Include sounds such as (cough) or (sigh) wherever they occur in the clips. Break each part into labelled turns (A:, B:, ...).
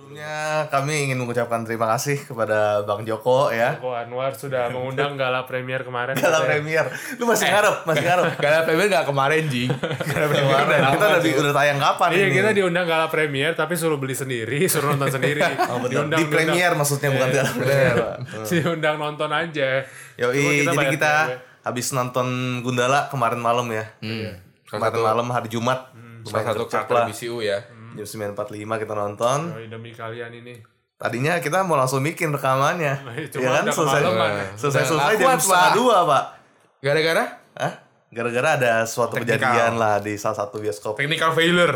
A: pertama kami ingin mengucapkan terima kasih kepada Bang Joko ya.
B: Joko Anwar
A: (laughs)
B: sudah mengundang gala premier kemarin.
A: Gala
B: katanya.
A: Premier. Lu masih ngarep, masih ngarep.
C: Karena PBN Eh. gak kemarin, Ji.
A: Gala Premier. Dan kita udah, udah tayang kapan
B: Iya
A: ini?
B: kita diundang gala premier tapi suruh beli sendiri,
A: (laughs)
B: suruh nonton sendiri.
A: Oh, benar. di Premier
C: Eh,
A: maksudnya bukan Gala Premier.
B: (laughs) Si undang nonton aja. Cuma
A: Yoi, jadi
B: bayar
A: kita
B: PW.
A: habis nonton Gundala kemarin malam ya.
C: Hmm.
A: Kemarin malam hari Jumat.
C: Iya. Salah
A: Lumayan
C: satu
A: gercep
C: karakter
A: lah.
C: BCU ya.
A: Jam 9.45 kita nonton.
B: Yoi, Oh, demi kalian ini.
A: Tadinya kita mau langsung bikin rekamannya.
C: Iya,
B: Cuma
A: ya kan
B: udah
A: selesai.
B: kemalaman.
A: Selesai
C: Udah
A: selesai
C: nggak
A: jam
C: kuat,
A: setengah
C: Pak.
A: dua, Pak.
C: Gara-gara?
A: Hah? Gara-gara ada suatu
C: Teknikal.
A: kejadian lah di salah satu bioskop.
C: Technical failure.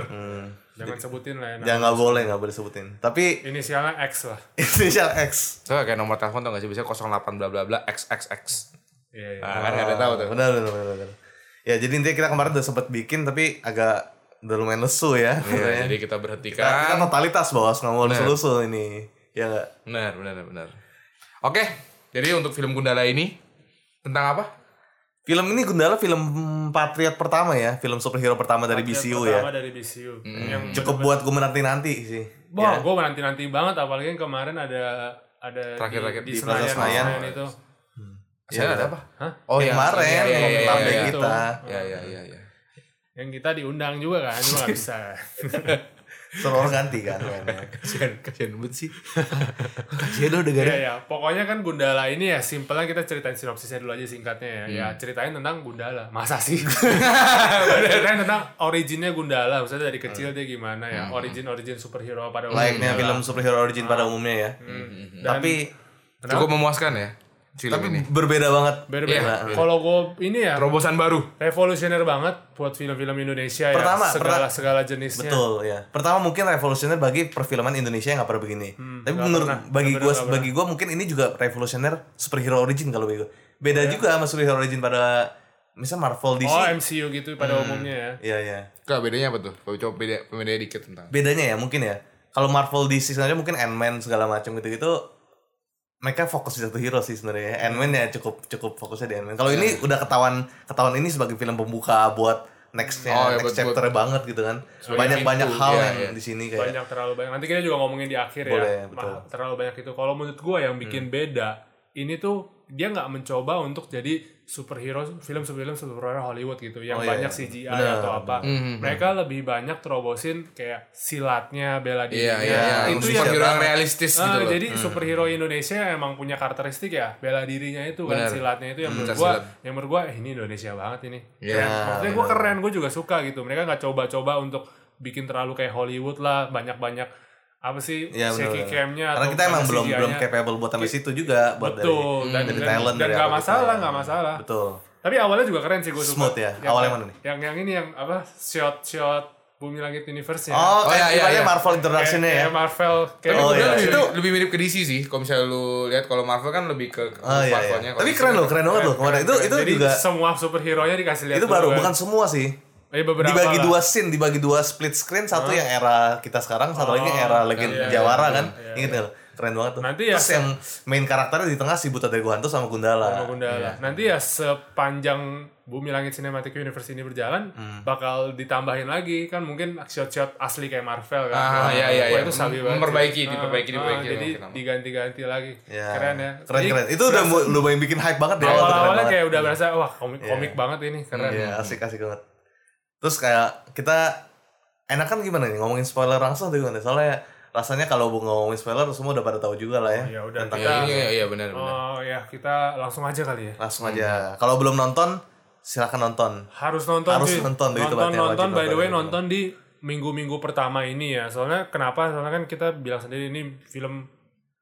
B: Jangan sebutin lah ya.
A: Jangan nggak boleh nggak boleh sebutin.
C: (laughs)
A: Tapi
B: Inisialnya X lah.
A: inisial X.
C: Soalnya kayak nomor telepon tau gak sih? Biasanya 08 bla bla bla XXX.
B: Iya. iya.
A: Ah,
C: Nah, kan gak ada tahu tuh.
A: Benar benar benar. benar. Ya jadi intinya kita kemarin udah sempet bikin tapi agak udah lumayan lesu ya.
C: Nah,
A: katanya.
C: jadi
A: Kita, kita
C: kita berhentikan.
A: totalitas bahwa nggak mau lesu-lesu ini. Ya nggak?
C: Benar, benar, benar. Oke, jadi untuk film Gundala ini tentang apa?
A: Film ini Gundala film Patriot pertama ya, film superhero pertama dari BCU ya. Hmm.
B: Pertama dari BCU. Yang
A: Cukup buat gue menanti-nanti sih. Ya.
B: Wah, gue nanti nanti banget apalagi yang kemarin ada ada
C: Terakhir-terakhir
B: di,
C: di
B: di
A: Plaza
B: Senayan,
A: Senayan.
B: Senayan itu.
C: Saya ada apa?
B: Hah?
C: Oh,
A: Yang kemarin,
C: iya, iya, iya,
A: tentang
C: iya,
A: Bang
C: iya.
A: kita.
C: Ya, ya, ya, ya.
B: Yang kita diundang juga kan, cuma gak bisa.
A: (laughs) Seluruh ganti kan. mainnya.
C: Kasihan, (laughs) kasihan banget sih.
A: Kasihan udah
B: Iya ya, pokoknya kan Gundala ini ya simpelnya kita ceritain sinopsisnya dulu aja singkatnya ya.
A: Iya.
B: Ya ceritain tentang Gundala. Masa sih? (laughs) ceritain tentang originnya Gundala, maksudnya dari
A: Hmm.
B: kecil dia gimana ya? Origin origin superhero pada
A: Layaknya film superhero origin pada umumnya ya. Tapi
C: Cukup memuaskan ya film
A: tapi
C: ini.
A: berbeda banget. Iya.
B: Berbeda. Kalau gue ini ya
C: Terobosan baru.
B: revolusioner banget buat film-film Indonesia
A: Pertama,
B: ya. Segala segala jenisnya.
A: Betul ya. Pertama mungkin revolusioner bagi perfilman Indonesia yang Hmm, gak pernah begini. Tapi menurut bagi gua bagi gua mungkin ini juga revolusioner superhero origin kalau bagi gua. Beda juga sama superhero origin pada misal Marvel DC.
B: Oh MCU gitu pada umumnya ya.
A: Iya iya.
C: Kak, bedanya apa tuh? Coba beda, bedanya dikit tentang.
A: Bedanya ya mungkin ya. Kalau Marvel DC sebenarnya mungkin Ant-Man segala macam gitu-gitu mereka fokus di satu hero sih sebenarnya. ya. Ant-Man ya cukup cukup fokusnya di Ant-Man. Kalau ini udah ketahuan ketahuan ini sebagai film pembuka buat nextnya
C: Oh, ya,
A: next
C: buat-
A: chapter banget gitu kan. Banyak banyak
C: itu,
A: hal
C: iya,
A: yang
C: iya.
A: di sini kayak
B: Banyak terlalu banyak. Nanti kita juga ngomongin di akhir
A: Boleh,
B: ya. Ma- Terlalu banyak itu. Kalau menurut gue yang bikin
C: Hmm.
B: beda ini tuh dia nggak mencoba untuk jadi superhero film film superhero Hollywood gitu yang
A: Oh, iya,
B: banyak
A: iya.
B: CGI
A: Benar.
B: atau apa.
C: Hmm,
B: Mereka lebih banyak terobosin kayak silatnya bela diri.
C: Iya, iya, iya.
B: Itu yang
C: superhero yang realistis
B: Ah,
C: gitu loh.
B: Jadi superhero Indonesia emang punya karakteristik ya bela dirinya itu kan
C: Benar.
B: silatnya itu yang menurut
C: pencak
B: gua
C: silat.
B: yang menurut gua eh, ini Indonesia banget ini.
C: Iya.
A: ya.
B: Keren. Maksudnya gua keren, gua juga suka gitu. Mereka nggak coba-coba untuk bikin terlalu kayak Hollywood lah, banyak-banyak apa sih
A: Iya, benar,
B: shaky
A: benar.
B: camnya
A: Karena kita emang belum belum capable buat sampai situ juga buat dari- Hmm.
B: betul dan,
A: dari
B: dan,
A: talent
B: dan
A: dari
B: nggak
A: apa kita.
B: masalah nggak masalah
A: Betul.
B: tapi awalnya juga keren sih gue suka
A: Smooth ya.
B: Yang-
A: Awalnya mana nih?
B: yang yang ini yang apa shot shot bumi langit universe
A: Oh,
B: ya
C: Oh,
A: kayak
C: iya, iya,
A: ibaratnya
C: iya.
A: Marvel
B: Kayak-
A: introduction-nya ya.
B: kayak Marvel kayak gitu
A: Oh,
C: Oh,
A: iya.
C: lebih,
B: itu
C: lebih mirip ke DC sih. Kalau misalnya lu lihat kalau Marvel kan lebih ke ke
A: Oh iya, iya.
C: platformnya. Kalau
A: Tapi
C: DC
A: keren
C: kan-
A: loh, keren banget loh. Kemarin itu itu
B: Jadi
A: juga
B: semua superhero nya dikasih lihat
A: itu
B: dulu
A: baru
B: kan.
A: bukan semua sih.
B: Eh, beberapa
A: dibagi
B: lah.
A: dua scene, dibagi dua split screen, satu yang era kita sekarang, satu lagi era legend
B: iya, iya,
A: Jawara kan. Ingat nggak lo? Keren banget tuh.
B: Nanti ya
A: Terus
B: se-
A: yang main karakternya di tengah si Buta Dagohanto sama
B: sama
A: Gundala.
C: iya.
B: Gundala. Nanti ya sepanjang Bumi Langit Cinematic Universe ini berjalan
C: Hmm.
B: bakal ditambahin lagi kan mungkin shot-shot asli kayak Marvel kan.
C: Ah, iya, iya,
B: Wah,
C: iya.
B: itu sabi banget.
C: Memperbaiki,
B: sih. Ah,
C: diperbaiki,
B: ah,
C: diperbaiki, Iya.
B: jadi
C: makin lama.
B: diganti-ganti lagi.
A: Ya.
B: Keren ya.
A: Keren
B: Jadi
A: keren. Itu udah mu- lumayan bikin hype banget ya.
B: Awal-awalnya
A: banget.
B: kayak udah berasa wah komik
C: Iya.
B: komik banget ini keren.
A: Iya, asik asik banget. Terus kayak kita enak kan gimana nih ngomongin spoiler langsung atau gimana? Soalnya rasanya kalau bu- ngomongin spoiler semua udah pada tahu juga lah ya.
B: Ya udah
C: Iya,
B: kita
C: iya, iya, iya, benar benar.
B: oh ya kita langsung aja kali ya.
A: Langsung aja. Kalau belum nonton silakan nonton.
B: harus nonton
A: Harus
B: cuy.
A: nonton, itu
B: nonton
A: berarti yang
B: nonton
A: wajib
B: by the way
A: nonton.
B: nonton di minggu-minggu pertama ini ya soalnya kenapa soalnya kan kita bilang sendiri ini film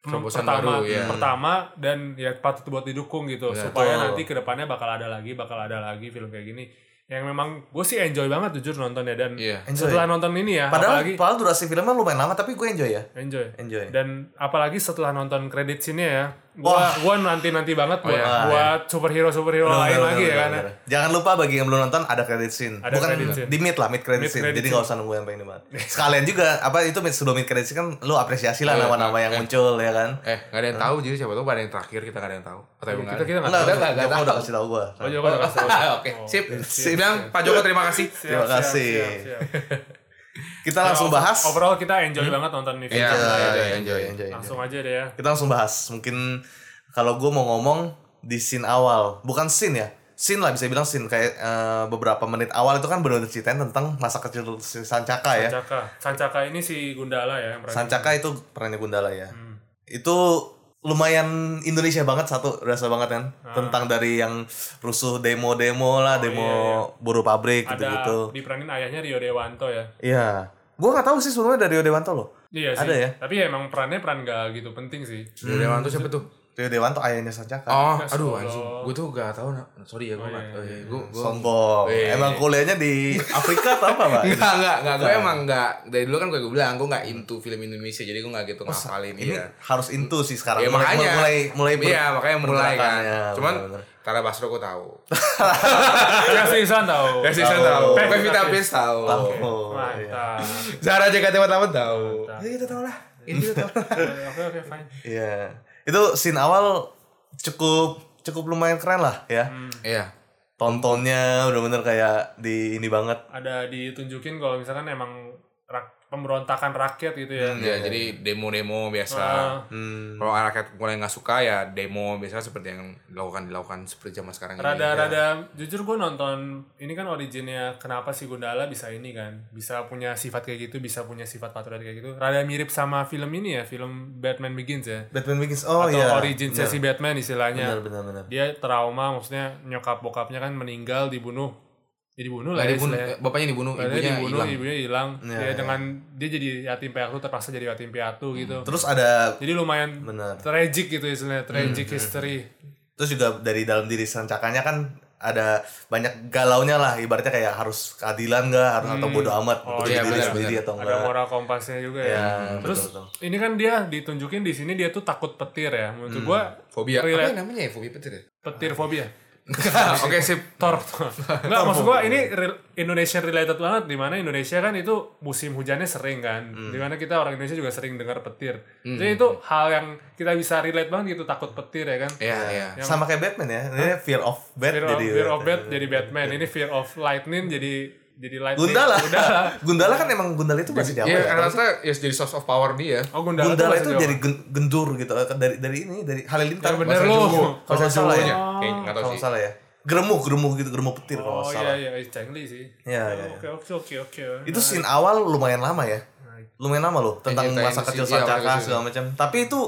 C: Terobosan
B: pertama
C: baru, Iya. ya.
B: pertama dan ya patut buat didukung gitu supaya nanti kedepannya bakal ada lagi bakal ada lagi film kayak gini yang memang gue sih enjoy banget jujur nontonnya dan
C: Iya.
A: Enjoy.
B: setelah nonton ini ya
A: Padahal
B: apalagi
A: padahal durasi filmnya lumayan lama tapi gue enjoy ya.
B: enjoy
A: Enjoy.
B: dan apalagi setelah nonton kredit sini ya gua gua nanti nanti banget buat
C: iya.
B: buat superhero superhero
A: Bener,
B: lain
A: bener,
B: lagi
A: bener,
B: ya kan
A: bener. Jangan lupa bagi yang belum nonton ada credit scene.
B: Ada
A: Bukan
B: credit scene.
A: di mid lah mid credit scene. Jadi
B: credit
A: nggak usah nunggu yang ini banget. Sekalian juga apa itu mid sebelum mid credit scene kan lu apresiasi
B: Iya,
A: lah nama-nama yang muncul ya kan.
C: Eh, nggak ada yang tahu jadi siapa tahu ada yang terakhir kita nggak ada yang tahu. Atau emang nggak
B: kita
C: ada?
B: kita
A: Enggak,
B: nggak
C: Udah,
A: udah
C: nggak- nggak
A: Joko
C: tahu.
A: udah kasih tahu gua.
B: Oh, Joko udah
C: Oh.
B: kasih tahu.
C: Ah, Oke, sip. Bilang Pak Joko terima kasih.
A: Terima kasih.
B: siap, siap, siap.
A: Kita langsung bahas.
B: Overall kita enjoy banget nonton ini film.
C: Iya,
A: Ya,
C: enjoy,
A: ya,
C: enjoy.
B: Langsung aja deh ya.
A: Kita langsung bahas. Mungkin kalau gue mau ngomong di scene awal, bukan scene ya. Scene lah bisa bilang scene kayak eh, beberapa menit awal itu kan benar-benar ceritain tentang masa kecil si Sancaka ya.
B: Sancaka. Sancaka ini si Gundala ya yang peran.
A: Sancaka itu perannya Gundala ya.
C: Hmm.
A: Itu lumayan Indonesia banget satu rasa banget kan
C: Ah.
A: tentang dari yang rusuh demo-demo
C: Oh,
A: lah demo
C: iya,
A: buruh pabrik
B: ada
A: gitu-gitu.
B: diperanin ayahnya Rio Dewanto ya.
A: Iya. Gua nggak tahu sih sebelumnya dari Rio Dewanto loh.
B: Iya sih.
A: Ada ya?
B: Tapi ya emang perannya peran gak gitu penting
A: (laughs)
B: sih.
A: Hmm.
C: Rio Dewanto siapa tuh?
A: Rio Dewanto ayahnya Sancaka.
C: Oh,
B: Nggak
C: aduh
B: solo.
C: anjing. Gue tuh gak tau. nak. Sorry ya, gue gak tau. Iya, Gue gue-
A: Sombong.
C: Weh.
A: Emang kuliahnya di Afrika atau apa, Pak?
C: Enggak, enggak, enggak. Gue emang enggak. Dari dulu kan gue bilang, gue enggak into film Indonesia. Jadi gue enggak gitu
A: Oh,
C: ngapalin.
A: Ini
C: Iya.
A: harus into sih sekarang.
C: Ya
A: mulai,
C: makanya
A: mulai mulai ber-
C: Iya, makanya mulai kan.
A: pergerakannya,
C: Cuman
A: benar-benar.
C: Tara Basro gue tahu.
B: ya si Isan
A: (laughs)
B: tau.
A: iya.
C: Ya sih saya tahu. Pevita Pierce tahu.
A: Oh, iya. (laughs)
B: Mantap.
C: Zara Jakarta Pertama tahu.
B: Mantap.
C: Ya kita tahu lah. Ini kita tahu.
B: Eh, Oke oke fine.
A: Iya. Itu scene awal cukup cukup lumayan keren lah ya.
C: Iya.
A: Tontonnya bener-bener kayak di ini banget.
B: Ada ditunjukin kalau misalkan emang rak- pemberontakan rakyat gitu ya.
C: Ya, jadi demo-demo biasa.
B: Ah.
A: Hmm.
C: Kalau rakyat mulai nggak suka ya demo biasanya seperti yang dilakukan dilakukan seperti zaman
A: Iya,
C: sekarang ini.
B: Rada-rada jujur gue nonton ini kan originnya kenapa si Gundala bisa ini kan bisa punya sifat kayak gitu bisa punya sifat patriot kayak gitu rada mirip sama film ini ya film Batman Begins ya
A: Batman Begins. Oh
B: atau
A: iya.
B: origin sesi Batman
A: Benar
B: istilahnya
A: benar benar.
B: dia trauma maksudnya nyokap bokapnya kan meninggal dibunuh jadi bunuh lah
C: Nggak
B: ya
C: dibunuh,
B: istilahnya.
C: bapaknya dibunuh,
B: Padahal
C: ibunya
B: dibunuh
C: hilang.
B: ibunya hilang
A: eh, Iya,
B: dia
A: iya.
B: dengan dia jadi yatim piatu terpaksa jadi yatim piatu gitu
A: Hmm. Terus ada
B: jadi lumayan
A: Benar. Hmm,
B: tragic gitu istilahnya tragic history
A: terus juga dari dalam diri sancakanya kan ada banyak galaunya lah ibaratnya kayak harus keadilan nggak harus atau bodo amat
B: Oh,
A: untuk
B: iya,
A: diri
C: benar,
A: sendiri atau
B: ada
A: enggak
B: moral kompasnya juga ya,
A: Ya,
B: terus
A: betul,
B: ini kan dia ditunjukin di sini dia tuh takut petir ya
A: Hmm.
B: menurut gua
C: Fobia.
B: Relate.
C: Apa namanya ya fobia petir ya?
B: petir fobia
C: Oke sip. (laughs)
B: Tor. Enggak, maksud gua ini re- Indonesian related banget di mana Indonesia kan itu musim hujannya sering kan.
A: Hmm.
B: Di mana kita orang Indonesia juga sering dengar petir. Jadi itu hal yang kita bisa relate banget gitu takut petir ya kan.
C: Iya, iya.
A: sama kayak Batman ya ini fear of bat
B: Fear of,
A: jadi ya.
B: fear of bat jadi Batman. Ini fear of lightning jadi jadi lightning.
A: Gundala
B: Gundala.
A: (laughs) Gundala kan emang Gundala itu bahasa Jawa
C: Iya,
A: ya
C: rata ya jadi source of power dia.
B: Oh, Gundala, tuh
A: Gundala
B: bahasa
A: itu
B: Jawa.
A: jadi gen- gendur gitu dari dari ini dari Halilintar
B: Yang bener
A: Bahasa
B: lu.
A: Jawa.
C: Kalau
A: kalau nggak
B: iya.
A: salah ya
C: Kayaknya nggak tahu
A: kalau nggak
C: sih.
A: salah ya geremuh geremuh gitu geremuh petir kalau
B: Oh
A: nggak
B: iya
A: salah
B: iya, eh, Cheng Li sih.
A: Iya,
B: Oh,
A: iya,
B: Oke oke oke oke.
A: itu scene awal lumayan lama ya lumayan lama loh tentang
C: Nah, ceritain
A: masa
C: sih,
A: kecil
C: iya,
A: Sancaka
C: makanya sih.
A: segala macam tapi itu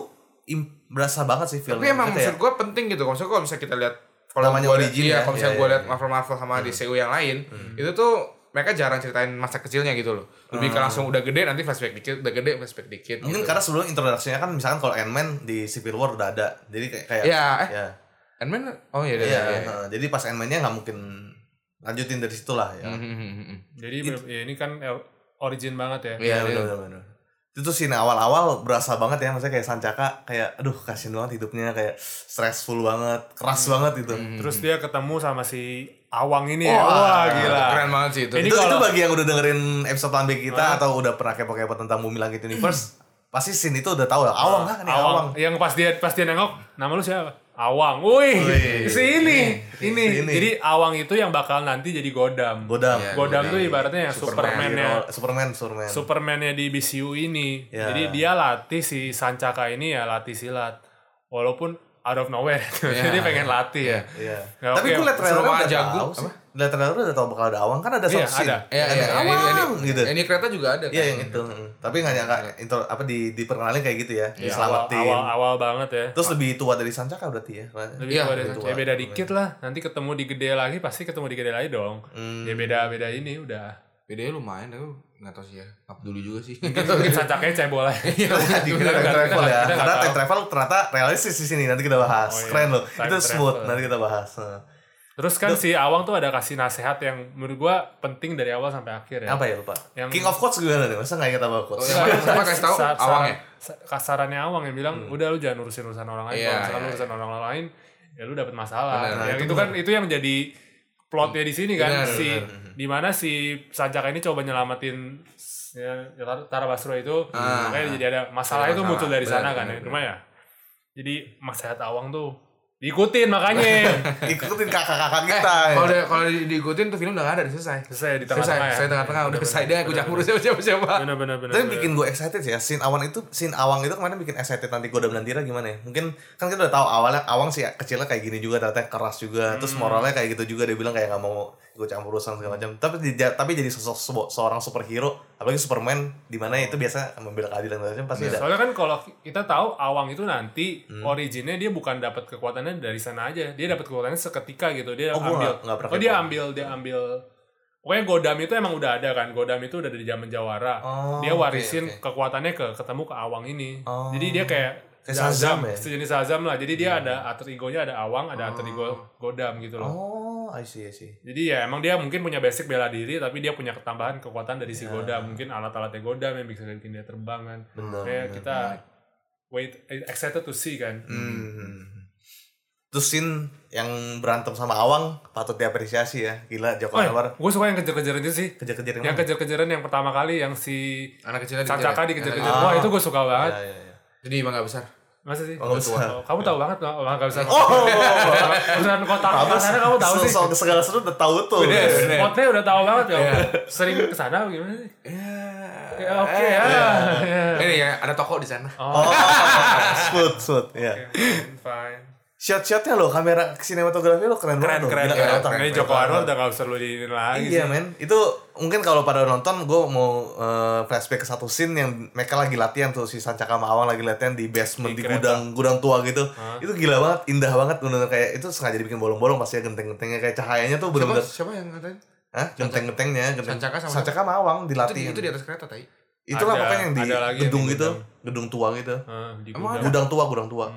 A: im- berasa banget sih filmnya
C: Tapi emang
A: Maksudnya ya.
C: maksud gue penting gitu. Maksud gue kalau misalnya kita lihat kalau
A: Iya, Namanya
C: gua
A: origin
C: lihat- iya,
A: ya.
C: kalau misalnya
A: Iya, iya,
C: gue
A: Hmm.
C: lihat Marvel Marvel sama DCU yang lain, itu tuh mereka jarang ceritain masa kecilnya gitu loh. Lebih ke langsung udah gede nanti flashback dikit, udah gede flashback dikit.
A: Hmm. Mungkin
C: gitu.
A: karena sebelum introduksinya kan misalkan kalau Ant-Man di Civil War udah ada. Jadi kayak kayak
C: Iya, eh.
A: ya.
C: Ant-Man oh iya iya.
A: Iya,
C: iya, iya.
A: heeh. Jadi pas Ant-Man-nya nggak mungkin lanjutin dari situ lah ya.
C: Mhm, mhm, mhm.
B: Jadi ya, ini kan eh, origin banget ya.
A: Iya,
C: Iya,
A: benar benar. Itu scene awal-awal berasa banget ya maksudnya kayak Sancaka kayak aduh kasihan banget hidupnya kayak stressful banget, keras
C: Hmm,
A: banget gitu.
B: Terus dia ketemu sama si Awang ini ya.
C: Wah,
B: Wah, gila.
C: Keren banget sih itu.
B: Ini
A: Itu itu
B: kalau-
A: bagi yang udah dengerin episode Lambek kita atau udah pernah kepo-kepo tentang Bumi Langit Universe, pasti scene itu udah tahu lah. Awang lah kan ya, awang.
B: Awang. Yang pas dia pas dia nengok, nama lu siapa? Awang. Wih,
A: Wih.
B: si ini. Ini.
A: Si ini.
B: Jadi Awang itu yang bakal nanti jadi Godam.
A: Godam.
C: Iya.
B: Godam
C: Godam.
B: tuh ibaratnya yang
C: Superman.
B: Superman-nya
A: Iya, Superman, Superman.
B: Superman-nya di BCU ini.
A: Ya.
B: Jadi dia latih si Sancaka ini ya latih silat. Walaupun out of nowhere. (laughs) Jadi dia pengen latih ya.
A: Iya.
B: Nggak,
A: Tapi
B: oke.
A: gue liat trailer
C: Suruh
A: udah
C: jago,
A: tahu sih. Liat trailer udah tahu bakal ada awang kan ada
B: Iya,
A: satu scene.
B: ada.
C: Iya,
A: Ada
C: iya, iya, iya,
A: awang
C: iya.
A: gitu.
C: Ini kereta juga ada. kan?
A: Iya yang itu. mm. Tapi nggak nyangka intro apa di diperkenalin kayak gitu ya.
B: Ya,
A: Diselamatin.
B: Iya. Awal, awal, awal banget ya.
A: Terus lebih tua dari Sancaka berarti ya.
B: lebih
C: Iya,
B: tua dari
A: lebih
B: Sancho.
A: tua.
B: Ya
A: (laughs)
B: beda dikit lah nanti ketemu di gede lagi pasti ketemu di gede lagi dong ya beda
C: Hmm.
B: beda ini
C: (laughs)
B: udah
C: Bedanya lumayan, tapi nggak tahu sih ya. Up dulu juga
A: (laughs)
C: sih.
B: mungkin sancaknya cebol lah
C: Iya,
A: Dikira time
C: bener.
A: travel ya.
B: kita nggak
A: Karena
B: tahu.
A: time travel ternyata realistis di sini nanti kita bahas.
B: Oh, iya.
A: Keren loh.
B: Time
A: Itu smooth
B: travel.
A: nanti kita bahas. Nah.
B: terus kan si Awang tuh ada kasih nasehat yang menurut gua penting dari awal sampai akhir ya
A: Apa ya lupa?
B: Yang-
A: King of Quotes gimana nih? Masa nggak ingat apa
C: Oh,
A: Quotes?
C: iya. Siapa- siapa kasih tahu?
B: Sa- sa-
C: Awang ya?
B: sa- kasarannya Awang yang bilang udah lu jangan urusin urusan orang lain
C: Iya,
B: kalau misalkan
C: iya,
B: lu urusan orang lain ya lu dapat masalah
C: Benar,
B: yang itu kan itu yang jadi plotnya di sini kan
C: Benar,
B: si di mana si Sanjaka ini coba nyelamatin ya, Tara Basro itu
C: Ah.
B: makanya jadi ada masalah
C: Ada
B: itu
C: masalah.
B: muncul dari ya,
C: Benar,
B: sana kan
C: benar,
B: ya cuma ya jadi masyarakat awang tuh Diikutin
C: (laughs)
B: makanya.
A: ikutin kakak-kakak
C: Eh,
A: kita ya.
C: kalau di- kalau di- diikutin tuh film udah gak ada, udah selesai.
B: Selesai di
C: selesai,
B: tengah-tengah ya.
C: selesai tengah-tengah udah selesai dia aku campur siapa siapa siapa.
B: Benar benar benar.
A: Tapi bikin gue excited sih ya. Scene awan itu, scene awang itu kemarin bikin excited nanti gue dan Nandira gimana ya. Mungkin kan kita udah tahu awalnya awang sih ya, kecilnya kayak gini juga ternyata keras juga. Terus moralnya kayak gitu juga dia bilang kayak nggak mau ikut campur urusan segala macam. Tapi di- tapi jadi sosok se- seorang superhero, apalagi Superman di mana itu biasa membela keadilan segala macam pasti ada.
B: Soalnya kan kalau kita tahu Awang itu nanti
A: Hmm.
B: originnya dia bukan dapat kekuatannya dari sana aja. Dia dapat kekuatannya seketika gitu. Dia
A: Oh, gua
B: ambil.
A: nggak- nggak pernah
B: oh, dia
A: kepo.
B: ambil, dia ambil. Pokoknya Godam itu emang udah ada kan. Godam itu udah dari zaman Jawara.
A: Oh,
B: dia
A: oke,
B: warisin
A: oke.
B: kekuatannya ke ketemu ke Awang ini.
A: Oh.
B: Jadi dia kayak
A: Kayak Shazam ya? Hmm.
B: sejenis Shazam lah. Jadi dia ada alter ego-nya ada Awang, ada alter ego Godam gitu loh.
A: Oh, I see, I see.
B: Jadi ya emang dia mungkin punya basic bela diri tapi dia punya ketambahan kekuatan dari si
A: Ya.
B: Godam. Mungkin alat-alatnya Godam yang bisa bikin dia terbang kan.
A: Benar.
B: Kayak
A: benar.
B: kita wait eh, excited to see kan.
A: Hmm. Terus scene yang berantem sama Awang patut diapresiasi ya. Gila Joko
B: Oh,
A: Anwar
B: gue suka yang kejar-kejaran itu sih.
A: kejar-kejar yang
B: Yang kejar-kejaran yang pertama kali yang si
C: Anak kecilnya
B: Cacaka
C: dikejar. ya?
B: dikejar-kejar.
A: Ah.
B: Wah, itu gue suka banget.
A: Ya, ya, ya.
C: Jadi emang gak besar.
B: Masa sih?
A: Oh, nggak bisa.
B: Oh, kamu tahu banget nggak? Oh, nggak bisa.
A: Oh,
B: (laughs) Beneran kotak. Karena kamu tahu sih.
A: Soal segala sesuatu udah tahu tuh.
B: (laughs)
C: Bener.
B: Spotnya udah tahu banget
A: (laughs)
B: ya.
A: Iya.
B: Sering kesana apa gimana sih? Ya, Oke
C: Eh,
B: ya.
C: iya.
B: Ya.
C: Ini ya ada toko di sana.
A: Oh, smooth, smooth. Ya.
B: Fine, Fine.
A: Shot-shotnya lo, kamera sinematografi lo keren, banget. loh.
C: keren,
A: Gila,
C: keren,
A: otak.
B: Ini Joko Anwar udah gak usah lu jadiin lagi
A: Iya men, itu mungkin kalau pada nonton gue mau eh, flashback ke satu scene yang mereka lagi latihan tuh si Sancaka sama Awang lagi latihan di basement di,
B: Di kereta.
A: gudang gudang tua gitu. Itu gila banget, indah banget bener-bener kayak itu sengaja dibikin bolong-bolong pasti ya genteng-gentengnya kayak cahayanya tuh
C: Siapa,
A: bener-bener
C: siapa yang ngatain?
A: Hah? genteng-gentengnya, genteng.
C: Sancaka sama-
A: Sancaka sama Awang
C: Itu, di-
A: dilatih.
C: itu di atas kereta tai.
A: Itulah
B: Ada-
A: pokoknya yang di
B: ada lagi yang
A: gedung
B: di
A: gitu,
B: gudang.
A: gedung tua gitu.
B: Hah, Ah, di
C: Emang
B: gudang. Hmm,
A: Gudang tua, gudang tua.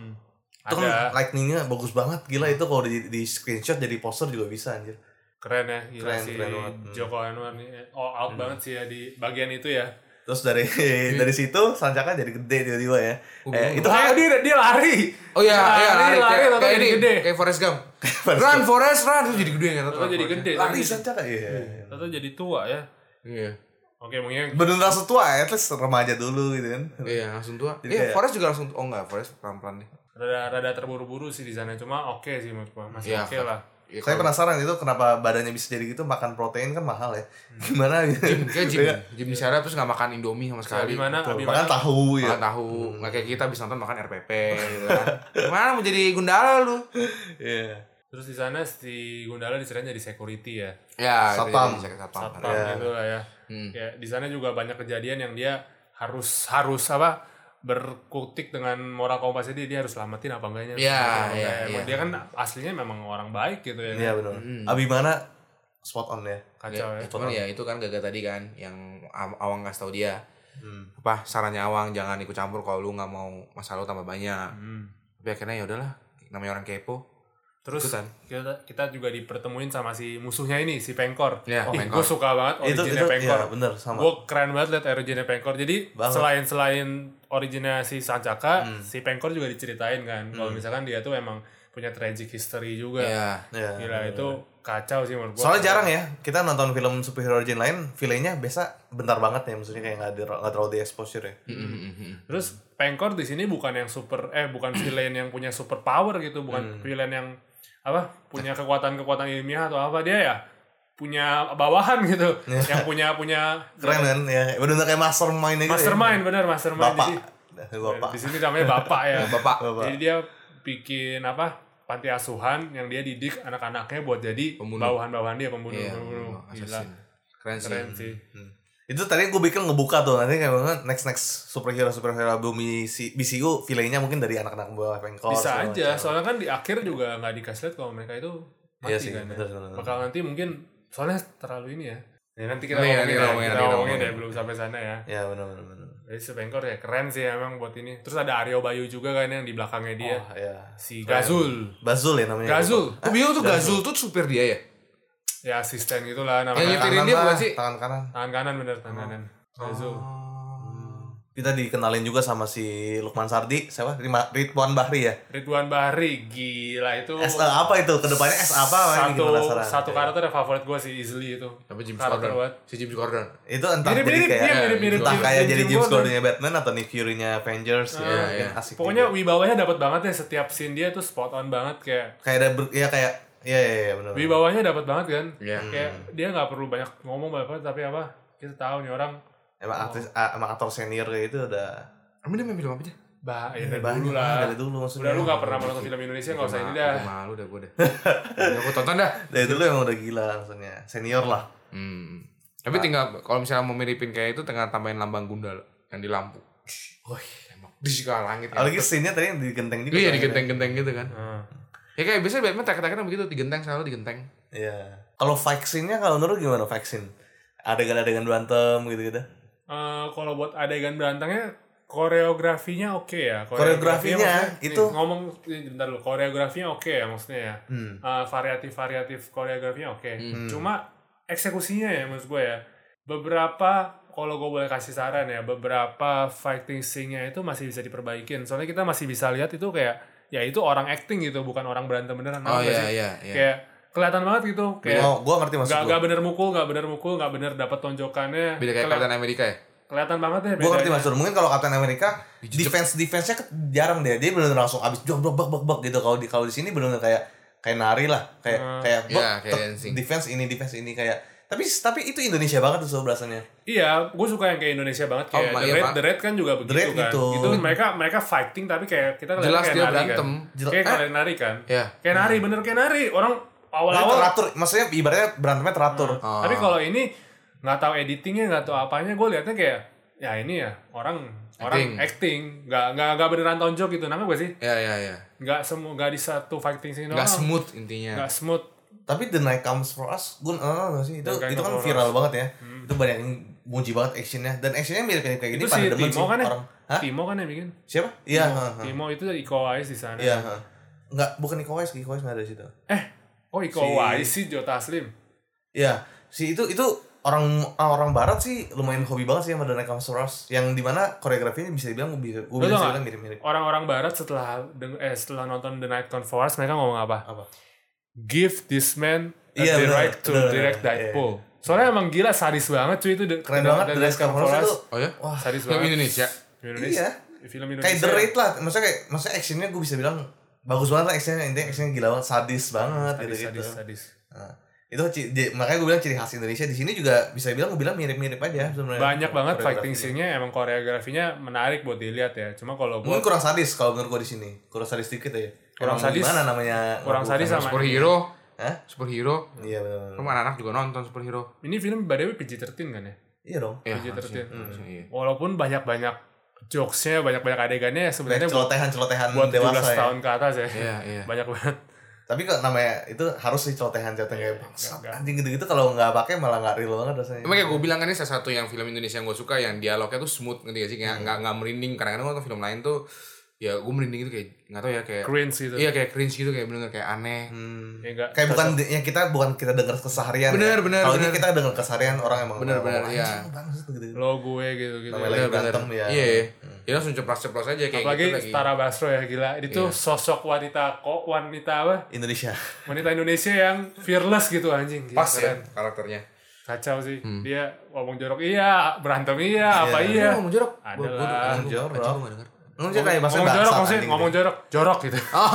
A: Itu kan
B: Ada.
A: lightningnya bagus banget, gila itu kalau di, di screenshot jadi poster juga bisa anjir.
B: Keren ya, gila
A: Keren,
B: si
A: keren banget. Hmm.
B: Joko Anwar nih eh, all
C: Hmm.
B: out banget sih ya di bagian itu ya.
A: Terus dari
B: Hmm.
A: dari situ Sancaka jadi gede tiba-tiba ya. Eh, itu
B: Ah, dia dia lari.
C: Oh iya, iya lari,
B: Nah, lari,
C: kayak,
B: lari,
C: kayak
B: jadi
C: ini,
B: gede.
C: (laughs) kayak Forrest Gump.
A: Forrest
C: run Forrest run terus jadi gede kan.
B: Tato jadi gede,
A: lari
B: tapi
A: Sancaka iya.
B: tato jadi tua ya.
C: Iya.
B: Oke, mungkin
A: Bener langsung tua, at least remaja dulu gitu kan.
C: Iya, langsung tua.
A: Jadi
C: Iya,
A: kayak-
C: Forrest juga langsung oh enggak, Forrest pelan-pelan nih.
B: rada rada terburu-buru sih di sana, cuma oke sih menurut gua. Masih
C: Iya,
B: oke lah.
C: Iya,
A: Saya
C: kalau-
A: penasaran itu kenapa badannya bisa jadi gitu, makan protein kan mahal ya.
B: Hmm.
A: Gimana gitu.
C: Jim, kayak Jim, Jim di sana terus nggak makan Indomie sama sekali.
B: Abimana,
A: Makan
B: Abimana
A: tahu ya.
C: Makan tahu, nggak kayak kita bisa nonton makan RPP gitu (laughs) kan. Gimana mau jadi gundala lu?
A: Iya.
B: terus di sana si Gundala diserahin jadi security ya.
C: Ya,
A: Satpam.
C: jadi- jadi satpam.
B: Satpam gitu lah ya.
C: Hmm.
B: Ya, di sana juga banyak kejadian yang dia harus harus apa? berkutik dengan moral kompasnya dia, dia harus selamatin apa enggaknya.
C: Iya,
B: Selamatin apa
C: iya,
B: enggaknya. Emang
C: iya.
B: Dia kan aslinya memang orang baik gitu ya.
A: Iya benar. Abimana spot on ya.
B: Kacau ya.
C: Ya, cuman ya itu kan gagal tadi kan yang Am- awang nggak tahu dia
B: Hmm.
C: apa sarannya awang jangan ikut campur kalau lu nggak mau masalah lu tambah banyak
B: Hmm.
C: tapi akhirnya ya udahlah namanya orang kepo
B: Terus
C: Ikutan.
B: kita, kita juga dipertemuin sama si musuhnya ini, si Pengkor.
C: Iya,
B: Ih,
C: Pengkor.
B: gue suka banget
A: itu
B: originnya
A: itu
B: Pengkor.
A: iya benar sama.
B: gue keren banget liat originnya Pengkor. Jadi
A: Banget. Hmm.
B: selain selain originnya si Sancaka, si Pengkor juga diceritain kan. Kalau misalkan dia tuh emang punya tragic history juga.
C: ya
A: Iya.
B: Gila itu kacau sih menurut gue.
A: Soalnya jarang ya kita nonton film superhero origin lain, villainnya biasa bentar banget ya maksudnya kayak nggak ada nggak terlalu di exposure ya.
B: Terus Pengkor di sini bukan yang super eh bukan villain yang punya super power gitu, bukan villain yang apa punya kekuatan-kekuatan ilmiah atau apa dia ya punya bawahan gitu yang punya punya
A: Keren kan ya. Benar kayak mastermind aja. ya.
B: mastermind bener mastermind
A: Bapak.
B: jadi Iya,
A: Bapak.
B: di sini namanya bapak ya
C: bapak
A: Bapak.
B: jadi dia bikin apa panti asuhan yang dia didik anak-anaknya buat jadi
C: Pembunuh.
B: bawahan-bawahan dia pembunuh
C: Iya,
B: pembunuh gila
C: assassin. keren sih
B: keren sih
A: Itu tadi gue bikin ngebuka tuh nanti kayak banget next next superhero superhero bumi si BCU villainnya mungkin dari anak-anak bawah pengkor.
B: bisa
A: segala
B: aja
A: macam.
B: soalnya kan di akhir juga nggak dikasih lihat kalau mereka itu mati
A: Iya sih,
B: kan ya.
A: bener, bener, bener.
B: bakal nanti mungkin soalnya terlalu ini ya Ya, nanti kita ngomongin,
C: Nanti, nanti
B: ya,
C: kita ngomongin,
B: kita
C: nanti kita
B: ngomongin
C: ngomongin.
B: ya, belum sampai sana ya.
A: Ya benar benar benar.
B: Jadi Sepengkor ya keren sih emang buat ini. Terus ada Aryo Bayu juga kan yang di belakangnya dia.
A: Wah, ya.
B: si Gazul.
A: Bazul ya
B: Iya.
A: namanya.
B: Gazul.
C: Gua bingung tuh Gazul tuh supir dia ya
B: Ya asisten gitulah
C: Yang
B: namanya.
C: nyetir.
A: Tangan
C: Pirin dia
A: lah,
C: bukan sih?
B: Oh.
A: Tangan kanan.
B: Tangan kanan bener, tangan kanan. Gazul.
A: kita dikenalin juga sama si Lukman Sardi siapa Rima- Ridwan Bahri ya
B: Ridwan Bahri gila itu
A: SA eh, apa itu kedepannya SA apa ini
B: satu
A: gimana saran?
B: satu karakter yang favorit gue sih easily itu
C: Apa James
B: Karakter
C: Corden?
B: banget.
C: Si James Corden.
A: itu entah jadi
B: Mirip-mirip,
A: kayak
B: iya, mirip-mirip
A: entah
B: James-
A: kayak
B: James
A: jadi James
B: Corden.
A: Gordon-nya Batman atau Nick Fury-nya Avengers ya,
C: Ah,
A: mungkin
C: iya.
A: asik
B: pokoknya
A: juga.
B: wibawanya dapat banget ya setiap scene dia tuh spot on banget kayak
A: kayak ada ber- ya kayak ya ya, ya benar
B: wibawanya dapat banget kan
C: Iya.
B: kayak
A: Hmm.
B: dia nggak perlu banyak ngomong apa tapi apa kita tahu nih orang
A: emang artis a- emang aktor senior kayak itu udah
B: Hmm.
C: Emang dia main film apa aja?
B: bah ya
A: Iya,
B: dari
A: banyak
B: dulu lah
A: dari Iya. dulu maksudnya
B: udah lu nggak pernah menonton film Indonesia nggak usah ini
C: Ma-
B: dah
C: udah Malu dah gue dah. Udah gue tonton dah.
A: dari dulu emang udah gila maksudnya senior lah
B: Iya,
C: Hmm. Tapi
B: Ah.
C: tinggal kalau misalnya mau miripin kayak itu tinggal tambahin lambang gundal yang di lampu. Wih, emang di segala langit. ya.
A: apalagi scene-nya tadi yang di genteng juga kan,
C: Iya di genteng-genteng gitu kan.
B: Hmm.
C: Ya kayak biasanya Batman terakhir-terakhir begitu di genteng selalu di genteng.
A: ya. iya kalau vaksinnya kalau menurut gimana vaksin adegan-adegan berantem gitu-gitu
B: Eh, kalau buat adegan berantangnya koreografinya oke ya
A: Koreografinya,
B: maksudnya-
A: itu-
B: nih, ngomong nih, bentar dulu koreografinya oke ya maksudnya ya
A: hmm.
B: variatif variatif koreografinya oke
C: Hmm.
B: cuma eksekusinya ya menurut gue ya beberapa kalau gue boleh kasih saran ya beberapa fighting scene-nya itu masih bisa diperbaikin soalnya kita masih bisa lihat itu kayak ya itu orang acting gitu bukan orang berantem beneran
C: Oh
B: Ngerti gak
C: iya
B: sih?
C: iya iya.
B: kayak kelihatan banget gitu kayak
A: oh gua ngerti maksud
B: gak,
A: lu
B: gak bener mukul gak bener mukul gak bener dapat tonjokannya
C: Beda kayak
B: Keli-
C: Captain Amerika ya.
B: kelihatan banget ya
A: gue ngerti
B: bedanya.
A: maksud lu. mungkin kalau Captain America defense defense nya jarang deh dia benar langsung abis jom bak bak bak gitu kalau di kalau di sini benar kayak kayak nari lah kayak
B: Hmm.
A: kayak
C: Iya,
A: bak,
C: kayak
A: tek,
C: dancing.
A: defense ini defense ini kayak tapi tapi itu Indonesia banget tuh so berasanya
B: Iya, gue suka yang kayak Indonesia banget kayak
C: Oh,
B: The
C: iya,
B: Red,
C: Pak.
B: The Red kan juga begitu
A: Red
B: kan.
A: gitu.
B: Itu mereka mereka fighting tapi kayak kita kelihatan
C: Jelas
B: kayak
C: dia
B: nari
C: berantem.
B: kan.
A: Jel-
B: kayak
A: eh.
B: kalian nari kan.
C: Iya.
B: Kayak nari bener kayak nari. Orang
A: Jadi
B: awal-awal
A: teratur maksudnya ibaratnya berantemnya teratur
C: Oh.
B: tapi kalau ini nggak tahu editingnya nggak tahu apanya gue liatnya kayak ya ini ya orang orang acting nggak nggak nggak beneran tonjok gitu namanya gue sih
C: Iya iya iya.
B: nggak semua nggak di satu fighting scene
C: Gak
B: doang.
C: smooth intinya.
A: ya?
B: nggak smooth
A: tapi The Night Comes For Us gue nggak sih itu
B: The Night
A: itu kan
B: Comes For Hmm.
A: viral banget ya itu banyak yang muji banget actionnya dan actionnya mirip mirip kayak gini
B: itu
A: pada
B: si
A: demen sih
B: Timo kan ya
A: orang Hah?
B: Timo kan yang bikin
A: siapa iya heeh, heeh.
B: Timo itu Iko Uwais di sana
A: iya heeh. nggak bukan Iko Uwais Iko Uwais nggak ada di situ
B: eh oh Iko Uwais sih Joe Taslim
A: Iya, si itu itu orang orang barat sih lumayan hobi banget sih sama The Night Comes For Us yang dimana koreografinya bisa dibilang gue bisa gue
B: Lo tau
A: bisa
B: nggak?
A: bilang mirip-mirip
B: orang-orang barat setelah deng- eh setelah nonton The Night Conference mereka ngomong apa?
A: apa?
B: Give this man a
A: Iya, benar,
B: direct to
A: benar,
B: direct
A: benar,
B: that
A: iya.
B: pole. Soalnya emang gila sadis banget cuy itu
A: Keren banget The Night Comes For Us itu.
C: Oh ya?
A: Wah,
B: (laughs) sadis
C: Film
B: banget.
C: Indonesia.
B: Indonesia.
A: Iya.
B: Film Indonesia.
A: kayak The Raid lah. Maksudnya kayak maksudnya actionnya gue bisa bilang bagus banget lah actionnya intinya actionnya gila banget sadis banget
B: sadis,
A: gitu
B: sadis,
A: gitu.
B: sadis.
A: Nah, itu ci- di- makanya gue bilang ciri khas Indonesia di sini juga bisa bilang gue bilang mirip-mirip aja sebenarnya.
B: Banyak banget fighting
A: Koreografinya.
B: scene-nya emang koreografinya menarik buat dilihat ya. Cuma kalau
A: Mungkin
B: gua
A: kurang sadis kalau menurut gue di sini. Kurang sadis dikit ya.
B: Kurang sadis.
A: Gimana namanya? kan?
B: kurang sadis sama
C: Superhero.
A: Hah?
C: Superhero.
A: Iya benar.
C: Rumah anak-anak juga nonton superhero.
B: ini film by the way PG-13 kan ya?
A: Iya dong.
C: Iya.
B: PG-13.
C: harusnya. Harusnya, Iya.
B: Walaupun banyak-banyak jokes-nya, banyak-banyak adegannya ya sebenarnya
A: Kayak
B: buat
A: celotehan-celotehan
B: buat 17
A: dewasa ya.
B: tahun ke atas ya.
C: Iya iya.
B: Banyak banget.
A: Tapi kok namanya itu harus sih celotehan-celotehan kayak bangsat anjing gitu-gitu kalau nggak pakai malah nggak real banget rasanya.
C: Emang kayak gue bilang kan ini salah satu yang film Indonesia yang gue suka yang dialognya tuh smooth ngerti gak sih nggak nggak nggak merinding kadang-kadang gue nonton film lain tuh ya gue merinding itu kayak nggak tau ya kayak
B: Cringe gitu.
C: iya kayak cringe gitu kayak bener kayak aneh
A: Hmm.
B: Ya nggak-
A: Kayak bukan ya kita bukan kita denger keseharian.
C: Bener,
A: ya.
C: bener,
A: Kalau ini
C: bener.
A: kita denger keseharian orang emang
C: Bener,
A: ngomong,
C: bener, iya.
A: "Anjing, bangsat," gitu.
B: lo gue gitu gitu
A: Namanya
B: ya.
A: lagi
C: Bener-bener.
A: berantem ya.
C: iya ya. ya langsung ceplos-ceplos aja kayak
B: apalagi
C: gitu lagi
B: Tara Basro ya gila itu
A: Iya.
B: tuh sosok wanita kok wanita apa
A: Indonesia.
B: wanita Indonesia yang fearless gitu anjing Gila,
C: pas ya
B: keren.
C: karakternya
B: kacau sih
A: Hmm.
B: dia ngomong jorok iya berantem iya apa iya
C: ngomong jorok
B: Ada
C: Gua- gua-
B: lah.
C: gua-
A: Ngomong
C: gua-
A: jorok.
C: anjing, gua Ah, nggak denger.
A: Ngomong kayak bahasa
B: ngomong jorok
A: bahasa
B: maksudnya ngomong
A: ya.
B: jorok jorok gitu
A: Oh.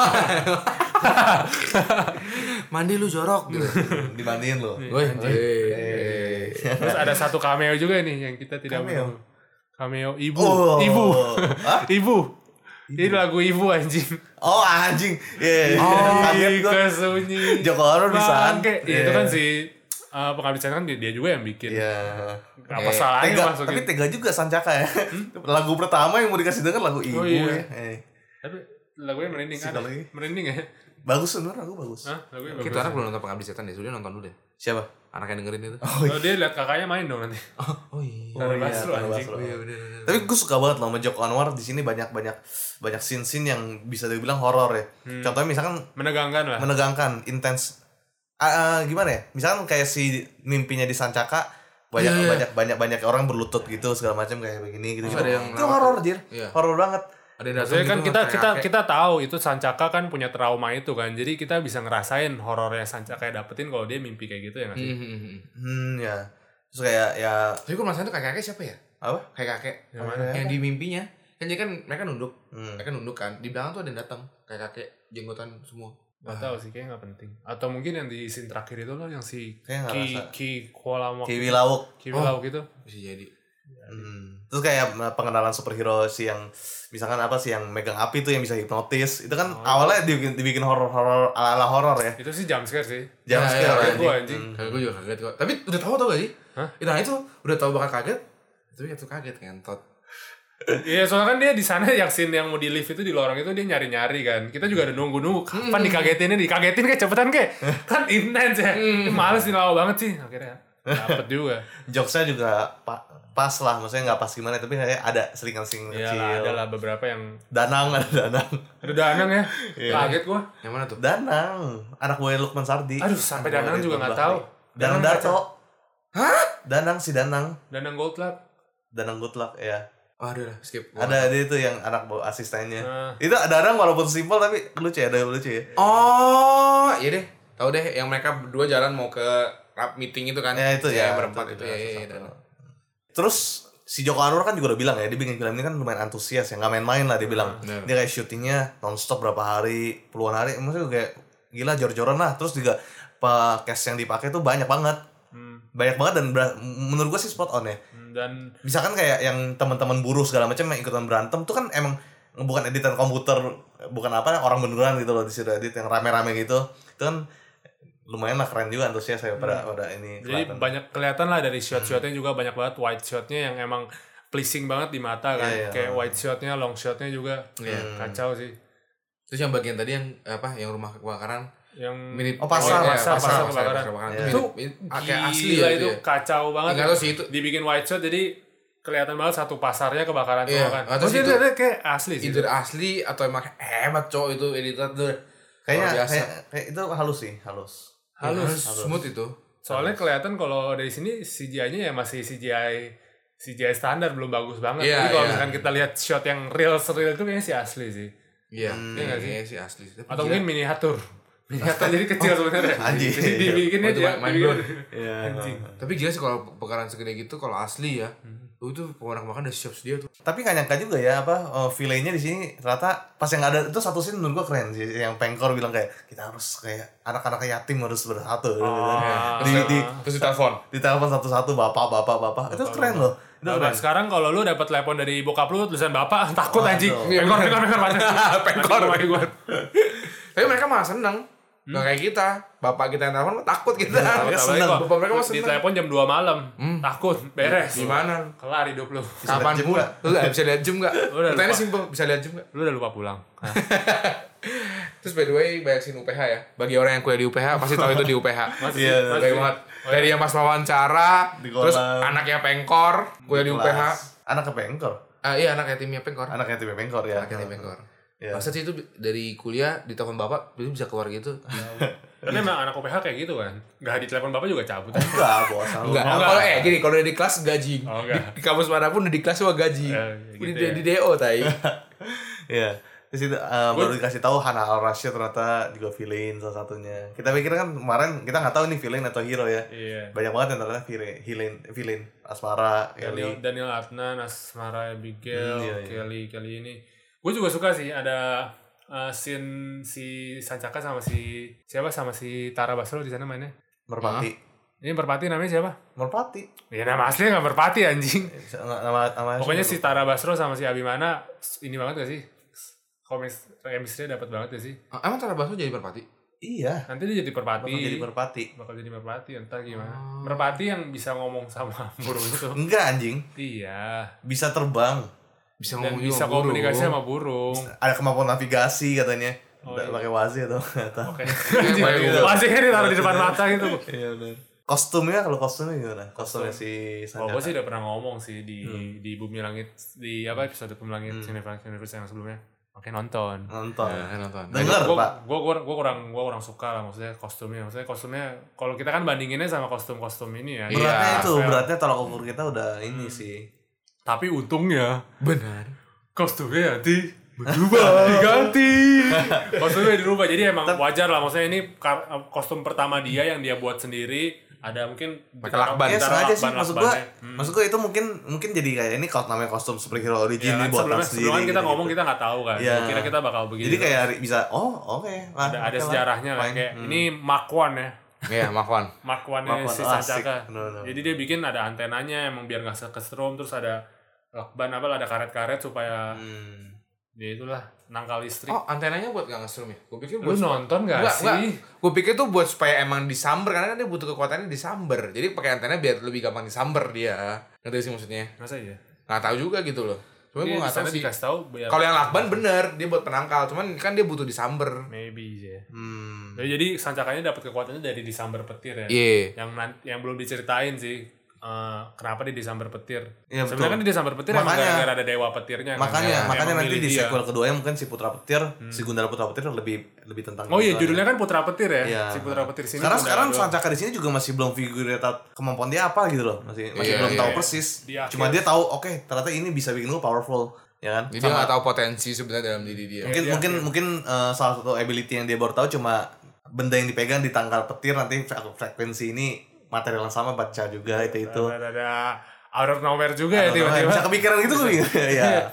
C: mandi lu jorok Iya. gitu
A: (laughs) dibandingin lo.
C: woi anjing
B: terus ada satu cameo juga nih yang kita tidak
A: Cameo?
B: menunggu. cameo ibu
A: ya? Oh.
B: ibu
A: Hah?
B: ibu ini lagu ibu anjing
A: Oh anjing. Iya. Kaget
B: Ih,
A: gua.
B: kesunyi
A: Joko Anwar bisaan.
B: Bangke. Iya, itu
A: Iya.
B: kan si uh, pengabdi setan kan dia dia juga yang bikin
A: Iya.
B: apa
C: Eh,
B: salahnya
A: Tega,
B: masukin
A: tapi tega juga Sancaka ya.
C: Hmm?
A: Lagu pertama yang mau dikasih denger lagu Ibu
B: Oh, iya.
A: ya. Eh,
B: tapi lagunya merinding kan
A: Psikologi.
B: merinding ya
A: Bagus sebenarnya lagu bagus.
B: Hah? lagunya
C: kita
B: bagus.
C: anak belum nonton pengabdi setan deh sudah nonton dulu deh
A: Siapa?
C: anak yang dengerin itu
B: kalau Oh, dia lihat kakaknya main dong nanti
C: oh iya
B: Tara
A: iya,
B: Basro,
A: Tara
B: anjing.
A: Basro.
C: iya bener bener.
A: Tapi gue suka banget loh sama Joko Anwar di sini banyak banyak banyak scene scene yang bisa dibilang horor ya.
C: Hmm.
A: Contohnya misalkan
B: menegangkan lah
A: ah, menegangkan, intens. Ah, ah, gimana ya? Misalkan kayak si mimpinya di Sancaka banyak
C: Iya, iya.
A: banyak banyak banyak orang berlutut gitu segala macam kayak begini gitu, gitu.
C: ada yang
A: itu horor jir
C: Iya.
A: horor banget
C: Ada yang datang
B: Soalnya kan
C: gitu,
B: kita kita
C: kakek.
B: kita tahu itu Sancaka kan punya trauma itu kan. Jadi kita bisa ngerasain horornya Sancaka dapetin kalau dia mimpi kayak gitu ya nggak sih?
C: Hmm, hmm, hmm.
A: hmm ya terus kayak ya
C: Tapi gue penasaran tuh kakek-kakek siapa ya?
A: apa
C: Kayak kakek
A: Iya,
B: Yang mana?
C: yang di mimpinya. Kan dia kan mereka nunduk,
A: Hmm.
C: mereka nunduk kan. Di belakang tuh ada yang datang, kayak kakek jenggotan semua.
B: Gak tahu sih kayaknya nggak penting. Atau mungkin yang di scene terakhir itu loh yang si
A: Kayaknya nggak
B: Ki
A: Iya, rasa.
B: Ki Kuala
A: kiwi lauk
B: Ki Wilau gitu.
C: Bisa jadi.
B: iya.
A: Hmm. Terus kayak eh, pengenalan superhero si yang misalkan apa sih yang megang api tuh yang bisa hipnotis. Itu kan
B: Oh.
A: awalnya dibikin, dibikin horor-horor ala-ala horor ya.
B: Itu sih jump scare sih.
A: Jam
C: Ya,
A: scare
C: ya,
A: ya,
B: ya, gua anjing.
C: Kakek gue juga kaget kok. Tapi udah tahu tau gak sih?
B: Hah?
C: Itu nah itu udah tahu bakal kaget. Tapi itu kaget ngentot.
B: Iya, soalnya kan dia di sana yang scene yang mau di lift itu di lorong itu dia nyari-nyari kan. Kita juga udah nunggu-nunggu kapan dikagetinnya, dikagetin kayak cepetan kayak. kan intens ya. Males nih lama banget sih akhirnya. Dapet juga.
A: Jokesnya juga pa- pas lah, maksudnya nggak pas gimana tapi kayak ada selingan-selingan
B: Iya
A: kecil.
B: lah, ada lah beberapa yang
A: Danang ada Danang. (laughs)
B: Aduh Danang ya. Kaget gua.
C: Yang mana tuh?
A: Danang, anak buah Lukman Sardi.
B: Aduh, sampai Danang
A: Warid
B: juga
A: Bang
B: nggak
A: Bahri.
B: tahu.
A: Danang
B: Danang
A: Darto. Hah? Danang si Danang,
B: Danang Goldlap.
A: Danang Goodluck ya.
C: Oh, ada lah, skip.
A: Ada dia tuh yang anak bawa asistennya.
B: Ah.
A: Itu Danang walaupun simpel tapi lucu ya, ada yang lucu ya.
C: Oh, iya deh. Tahu deh yang mereka berdua jalan mau ke rap meeting itu kan.
A: Ya, itu ya,
C: Yang berempat
A: itu,
C: itu.
A: itu,
C: Ya,
A: itu,
C: ya,
A: itu.
C: ya.
A: Terus si Joko Anwar kan juga udah bilang ya dia bikin film ini kan lumayan antusias ya nggak main-main lah dia bilang
C: Bener.
A: dia kayak syutingnya nonstop berapa hari puluhan hari maksudnya kayak gila jor-joran lah terus juga pa- cast yang dipakai tuh banyak banget
B: Hmm.
A: banyak banget dan ber- menurut gua sih spot on ya
B: Hmm, Dan
A: misalkan kayak yang teman-teman buruh segala macam yang ikutan berantem tuh kan emang bukan editan komputer bukan apa orang beneran gitu loh di situ edit yang rame-rame gitu itu kan lumayan lah keren juga antusias saya pada pada ini
B: jadi
A: kelihatan.
B: banyak kelihatan lah dari shot-shotnya juga banyak banget white shotnya yang emang pleasing banget di mata kan.
A: Iya, iya.
B: Kayak white shotnya, long shotnya juga.
C: Iya.
B: Kacau sih.
C: Terus yang bagian tadi yang apa yang rumah kebakaran
B: Yang
C: mirip
A: Oh, pasar,
C: iya,
A: pasar, pasar
B: kebakaran.
A: Iya.
C: Itu mirip,
B: itu
C: mirip- kayak asli
B: gila
C: ya
B: itu
C: itu. ya.
B: kacau banget.
C: Nggak tahu sih itu-
B: Dibikin white shot jadi kelihatan banget satu pasarnya kebakaran
C: Iya,
B: semua kan.
C: nggak tahu
B: Terus
C: sih
B: itu
C: itu-
B: ada kayak asli sih.
C: Either asli atau emang hebat cowok itu editor tuh.
A: kayaknya
C: Luar biasa.
A: kayak, kayak itu halus sih halus
B: Halus.
C: Iya, Halus, smooth itu.
B: Soalnya kelihatan kalau dari sini CGI-nya ya masih CGI CGI standar belum bagus banget.
C: Iya,
B: Jadi kalau
C: iya.
B: misalkan kita lihat shot yang real real itu kayaknya sih asli sih.
C: Iya,
B: iya nggak
C: iya sih asli. Tapi
B: Atau
C: gila.
B: mungkin miniatur. Miniatur jadi kecil sebenarnya.
A: anjing.
B: Jadi (laughs) dibikinnya
C: Oh, itu
B: dia
C: main- main
B: dibikin-
C: drone.
A: Iya.
C: tapi gila sih kalau kebakaran segede gitu kalau asli ya. Lu itu pengorak makan udah siap sedia tuh.
A: Tapi gak nyangka juga ya apa uh, villainnya di sini ternyata pas yang ada itu satu scene menurut gua keren sih yang Pengkor bilang kayak kita harus kayak anak-anak yatim harus bersatu gitu kan.
C: Oh.
A: Nah,
B: Ah.
A: di di
C: Terus ditelepon.
A: ditelepon satu-satu bapak bapak bapak itu keren loh itu
B: Bapak,
A: keren
B: Nah, sekarang kalau lu dapat telepon dari bokap lu tulisan bapak (laughs) takut
A: Waduh.
B: anjing. Pengkor pengkor pengkor
C: (laughs)
B: panas.
C: Pengkor.
B: Mati gua, mati
C: Tapi mereka malah seneng. Nggak kayak kita. Bapak kita yang telepon takut kita.
A: Iya,
B: gua.
A: seneng.
B: Apalagi kalau
C: Mereka mah
B: Di
C: seneng.
B: telepon jam 2 malam. Takut beres.
C: Gimana?
B: Kelar hidup lu.
C: Kapan
A: lihat jam
C: pun.
A: nggak?
C: Lu nggak bisa lihat jam nggak?
B: Udah,
C: Pertanyaannya
B: lupa.
C: simpel. Bisa lihat jam nggak?
B: Lu udah lupa pulang.
C: Terus by the way banyak sih UPH ya. Bagi orang yang kuliah di UPH pasti tahu itu di UPH.
B: Masih.
A: Iya.
B: masih.
C: Banyak banget. Dari yang pas wawancara,
A: Di kolam.
C: terus anaknya pengkor, kuliah di UPH.
A: anak ke Pengkor
C: Ah, iya anaknya timnya pengkor.
A: anak yatim Pengkor ya
C: Anaknya tim pengkor.
A: Iya.
C: Masa sih itu bi- dari kuliah di telepon bapak itu bisa keluar gitu?
B: Tapi emang anak OPH kayak gitu kan. Gak di telepon bapak juga cabut.
A: enggak bos lu.
C: Enggak.
B: enggak.
C: Kalau eh gini, kalau udah di kelas gaji.
B: Oh,
C: di,
B: enggak.
C: di kampus manapun udah di kelas wah gaji.
B: Eh, gitu
C: Udah di,
B: ya.
C: di DO tai. Eh,
A: Iya. Terus itu eh, baru dikasih tahu Hana Al Rashid ternyata juga villain salah satunya. Kita pikir kan kemarin kita nggak tahu nih villain atau hero ya.
B: Iya.
A: Banyak banget yang ternyata villain, villain, villain. Asmara, Eli.
B: Daniel, Daniel Adnan, Asmara Abigail,
A: Hmm, iya, iya.
B: Kelly, Kelly ini. Gue juga suka sih ada uh, scene si Sancaka sama si siapa sama si Tara Basro di sana mainnya.
A: Merpati.
B: Ini Merpati namanya siapa?
A: Merpati.
B: Ya nama aslinya nggak Merpati anjing.
A: Nama, nama, nama
B: Pokoknya si Tara Basro sama si Abimana ini banget gak sih? Komis chemistry dapat banget ya sih.
C: Ah, Emang Tara Basro jadi merpati?
A: Iya.
B: Nanti dia jadi Oh. Perpati.
A: Bakal jadi Merpati.
B: bakal jadi merpati entah gimana. Merpati yang bisa ngomong sama (laughs) burung itu.
A: Enggak anjing.
B: iya.
A: Bisa terbang.
C: Bisa
B: Dan
C: ngomong
B: bisa
C: juga sama guru.
B: komunikasi sama burung.
A: Ada kemampuan navigasi katanya.
B: Oh,
A: Nggak
B: iya.
A: pakai wazir tuh. nggak
B: (laughs)
A: tahu.
B: Oke.
C: Kayak gitu.
B: Masih kan ditaruh di depan mata gitu.
A: Iya benar. Kostumnya kalau kostumnya gimana? Kostumnya si
B: Oh,
A: Sanjaka.
B: gue sih udah Hmm. pernah ngomong sih di di Bumi Langit di apa episode Bumi Langit Universe Universe yang sebelumnya. Makanya nonton.
A: nonton
B: Iya.
C: Ya, nonton.
A: denger
B: gue
A: pak
B: gua, gua, gua kurang gua kurang suka lah maksudnya kostumnya maksudnya kostumnya kalau kita kan bandinginnya sama kostum-kostum ini ya
C: Iya.
A: beratnya itu
B: fair.
A: beratnya tolak ukur kita udah
B: Hmm.
A: ini sih
B: tapi untungnya
C: Benar.
B: kostumnya nanti berubah (laughs) diganti kostumnya dirubah jadi emang wajar lah maksudnya ini kar- kostum pertama dia yang dia buat sendiri ada mungkin
C: Pakai lakban.
A: ya
B: antara
A: sengaja sih
B: lakban-
A: maksud gua
B: lakbannya. Hmm.
A: maksud gua itu mungkin mungkin jadi kayak ini kalau namanya kostum superhero
B: Ya,
A: origin
B: kan
A: ini buat
B: sebelumnya,
A: sendiri
B: sebelumnya kita
A: gitu-gitu.
B: ngomong kita nggak tahu kan
A: Iya.
B: kira kita bakal begini
A: jadi kayak hari- bisa oh oke lah
B: ada, ada
A: oke lah.
B: sejarahnya lah
A: Fine.
B: kayak
A: Hmm.
B: ini makwan ya
C: Iya, Makwan.
B: Mark One
A: Mark One,
B: si
A: oh, asik.
B: Sancaka.
A: No, no.
B: Jadi dia bikin ada antenanya emang biar nggak kesetrum terus ada lakban apa ada karet-karet supaya
A: Hmm.
B: dia itulah nangkal listrik.
C: Oh, antenanya buat gak nge-zoom ya? Gue pikir
B: Lu
C: buat
B: nonton nggak
C: Enggak,
B: sih?
C: enggak. Gue pikir tuh buat supaya emang disamber karena kan dia butuh kekuatannya disamber. Jadi pakai antena biar lebih gampang disamber dia. Ngerti sih maksudnya?
B: Masa iya?
C: Nggak tahu juga gitu loh. Cuma
B: Dia
C: gue nggak tahu
B: sana
C: sih.
B: Iya, dikasih tahu biar
C: Kalau yang lakban bener, dia buat penangkal. Cuman kan dia butuh disamber.
B: maybe ya.
A: Hmm.
B: Jadi sancakanya dapat kekuatannya dari disambar petir ya.
C: Iya.
B: Yang nan- yang belum diceritain sih eh, kenapa dia disambar petir.
A: Iya, betul.
B: Sebenarnya kan dia disambar petir emang
A: Makanya-
B: gara-gara ada dewa petirnya kan.
A: makanya
B: Yang- yang
A: makanya nanti
B: milih
A: di
B: dia. Hmm.
A: sequel keduanya mungkin si Putra Petir, si Gundala Putra Petir lebih lebih tentang
B: Oh iya
A: itu.
B: judulnya kan Putra Petir ya.
A: Iya.
B: Si Putra Petir sini.
A: Karena
B: udah
A: sekarang
B: ada-
A: Sancaka di sini juga masih belum figure out kemampuan dia apa gitu loh, masih masih
C: Iya,
A: belum
C: iya,
A: tahu
B: iya.
A: persis.
B: Di
A: Cuma
B: akhir.
A: dia tahu oke ternyata ini bisa bikin lu powerful, ya kan?
C: Jadi dia
A: Sama-
C: nggak tahu potensi sebenarnya dalam diri dia.
A: mungkin
B: Iya, dia
A: mungkin mungkin eh, salah satu ability yang dia baru tahu cuma benda yang dipegang di tangkal petir nanti fre- frekuensi ini material yang sama baca juga itu itu.
B: ada ada out of nowhere juga ya tiba-tiba.
A: Bisa kepikiran gitu
B: (laughs)
A: gue. Ya.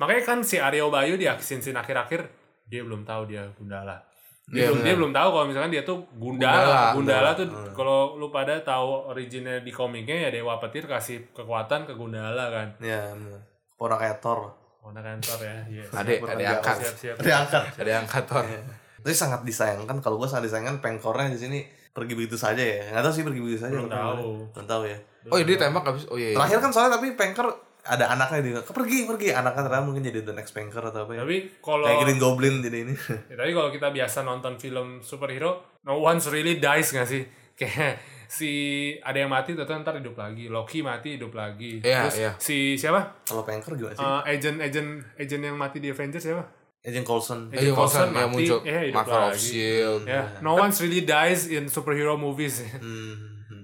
B: Makanya kan si Aryo Bayu di sin-sin akhir-akhir dia belum tahu dia Gundala. Dia
C: Iya,
B: belum dia belum tahu kalau misalkan dia tuh Gundala. Gundala,
C: Gundala,
B: tuh kalau lu pada tahu originnya di komiknya ya Dewa Petir kasih kekuatan ke Gundala kan.
A: Ya. bener. Orang kayak Thor.
B: Warna kantor ya. Iya.
C: Ade,
A: Siap,
C: ade
A: siap,
C: angkat.
B: Siap-siap.
A: Diangkat.
C: Ada yang kantor.
B: Iya.
A: Tapi sangat disayangkan kalau gue sangat disayangkan pengkornya di sini pergi begitu saja ya. Enggak tahu sih pergi begitu saja.
B: Belum
A: atau gimana.
B: tahu.
A: Belum tahu ya.
C: Oh, dia tembak habis. Oh iya. iya.
A: Terakhir kan soalnya tapi pengkor ada anaknya dia. Pergi, pergi. Anaknya ternyata mungkin jadi the next pengkor atau apa ya.
B: Tapi kalau
A: Kayak Green Goblin jadi ini. (laughs)
B: ya, tapi kalau kita biasa nonton film superhero, no one really dies gak sih? (laughs) Kayak si ada yang mati ternyata ntar hidup lagi, Loki mati hidup lagi.
C: Iya,
B: Terus
C: iya.
B: si siapa?
A: kalau pengkor gimana sih?
B: Eh, agent agent agent yang mati di Avengers siapa?
A: Agent Coulson.
B: Agent
C: Agent Coulson
B: Coulson
C: Iya, yang
B: mati,
C: muncul
B: eh, hidup
C: Marvel of
B: lagi.
C: Shield.
B: Ya, no one really dies in superhero movies.
A: Hmm.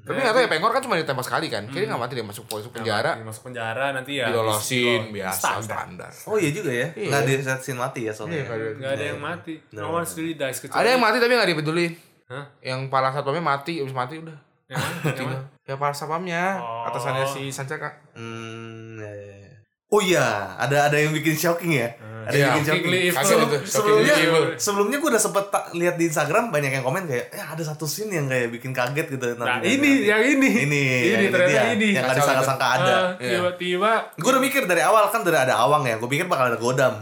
C: Tapi nggak tahu ya Pengor kan cuma ditembak sekali kan. Kayaknya
B: Iya.
C: nggak mati dia masuk masuk penjara,
B: masuk penjara nanti ya.
C: dilolosin biasa
B: Standar.
C: standar.
A: Oh iya juga ya. Enggak di set scene mati ya soalnya. ya.
B: Gak ada yang mati. No one really dies kecuali.
C: Ada yang mati tapi nggak dipedulin.
B: Hah?
C: Yang para satpamnya mati, habis mati udah.
B: Yang
C: (laughs)
B: mana? Yang mana?
C: Ya para satpamnya,
B: Oh.
C: atasannya si Sancaka.
A: Hmm. ya, ya, ya. Oh iya, ada ada yang bikin shocking ya. Ada yang
C: Iya.
A: bikin shocking.
B: Ah. Shocking Nah,
C: Kasian
B: Sebelum-
C: itu.
A: sebelumnya
C: Shocking evil.
A: sebelumnya gue udah sempet ta- lihat di Instagram banyak yang komen kayak ya ada satu scene yang kayak bikin kaget gitu
B: Nah,
A: nanti-
B: ini,
A: nanti.
B: yang ini.
A: ini
B: Ini,
A: yang
B: ternyata
A: dia,
B: ini.
A: yang gak disangka-sangka ada
B: Ah, Tiba-tiba
A: gue udah mikir dari awal kan udah ada awang ya gue pikir bakal ada godam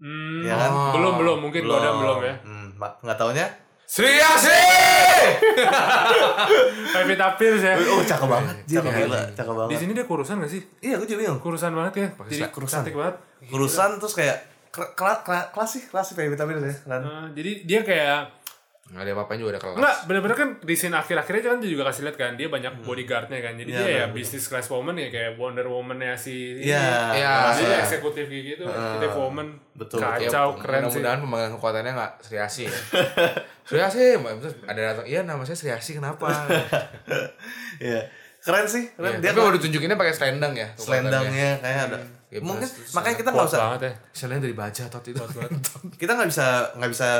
B: hmm,
A: ya kan
B: belum belum mungkin godam belum ya.
A: hmm, ma- nggak taunya
C: Sri Asri!
B: Pevita Pierce ya.
A: oh cakep banget cakep gila cakep
B: Di
A: banget
B: sini dia kurusan gak sih?
A: iya gue juga bingung
B: Kurusan banget ya. Jadi
A: kurusan.
B: cantik banget.
A: kurusan terus kayak kera- kera- kera- kelas sih kelas sih kayak vitamin ya kelas.
B: Eh, jadi dia kayak
C: Nggak ada apa-apanya juga ada kelas.
B: Enggak, bener-bener kan di scene akhir-akhirnya kan dia juga kasih lihat kan dia banyak bodyguardnya kan. Jadi dia ya business class woman ya kayak Wonder Woman-nya si
A: iya
C: Iya.
B: ini.
A: kelas
B: Jadi
A: ya.
B: eksekutif kayak gitu, eksekutif woman.
A: betul,
C: Ya,
B: Kacau keren sih.
C: Mudah-mudahan pembangunan kekuatannya nggak Sri Asih
B: (laughs)
C: ya. Sri Asih, terus ada datang, iya nama saya Sri Asih, kenapa?
B: (laughs)
A: Iya. keren sih keren.
B: Iya,
C: Ya,
A: dia
C: tapi mau ditunjukinnya pakai selendang ya. kekuatannya.
A: selendangnya kayak ada
B: Iya,
C: Kayak
A: mungkin
C: bahas terus
A: makanya kita nggak
B: Kuat
A: usah
B: banget ya.
C: Selendang dari baja tot itu.
A: kita nggak bisa nggak bisa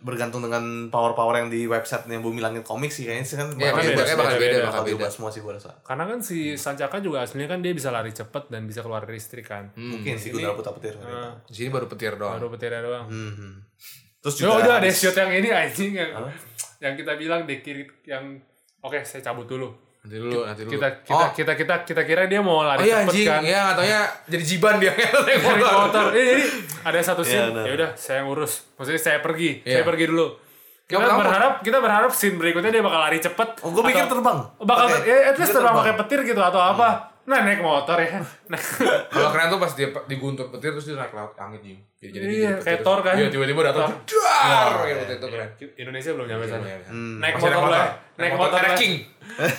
A: bergantung dengan power-power yang di websitenya Bumi Langit Komik sih kayaknya sih kan
C: Ya,
A: bakal bebas
B: beda,
C: kayaknya
A: ya.
C: bakal beda,
B: beda,
A: bakal
C: bakal beda.
A: bebas semua sih gue rasa
B: Karena kan si Sancaka juga aslinya kan dia bisa lari cepet dan bisa keluar dari listrik kan.
A: mungkin sih Gundala Putra Petir kali ya.
B: Eh,
C: (laughs) Di sini baru petir doang.
B: baru petirnya doang.
A: Mhm. terus juga
B: Yo, Oh, udah ada shot yang ini anjing yang, yang kita bilang di kiri yang oke saya cabut dulu.
C: Nanti dulu, nanti dulu.
B: Kita kita
C: oh,
B: kita kita kita kira dia mau lari
C: oh iya
B: cepet
C: anjing,
B: kan.
C: ya nggak taunya jadi jiban dia. (laughs) Naik
B: Harry
C: motor.
B: Potter. Eh, jadi ada satu scene.
A: benar.
B: ya udah, saya ngurus. Maksudnya saya pergi. Saya
C: Iya.
B: pergi dulu. Kita
C: Yang pertama-
B: berharap kita berharap scene berikutnya dia bakal lari cepet.
A: Oh, gua pikir
B: atau-
A: terbang.
B: Bakal
A: Oke.
B: ya at least
A: Dia
B: terbang
A: terbang.
B: pakai petir gitu atau apa.
C: Hmm.
B: Nah, naik motor
C: (laughs)
B: ya. Nah,
C: Kalau keren tuh pas dia pe- diguntur petir terus dia naik laut angin jing. Jadi jadi
B: Iya,
C: jadi
B: kayak
C: petir.
B: Thor kan.
C: Iya, tiba-tiba datang. Dar, gitu itu keren.
B: Indonesia belum nyampe sana.
C: Hmm.
B: Naik
C: Masih
B: motor lah.
C: Naik motor
B: lah.
C: trekking.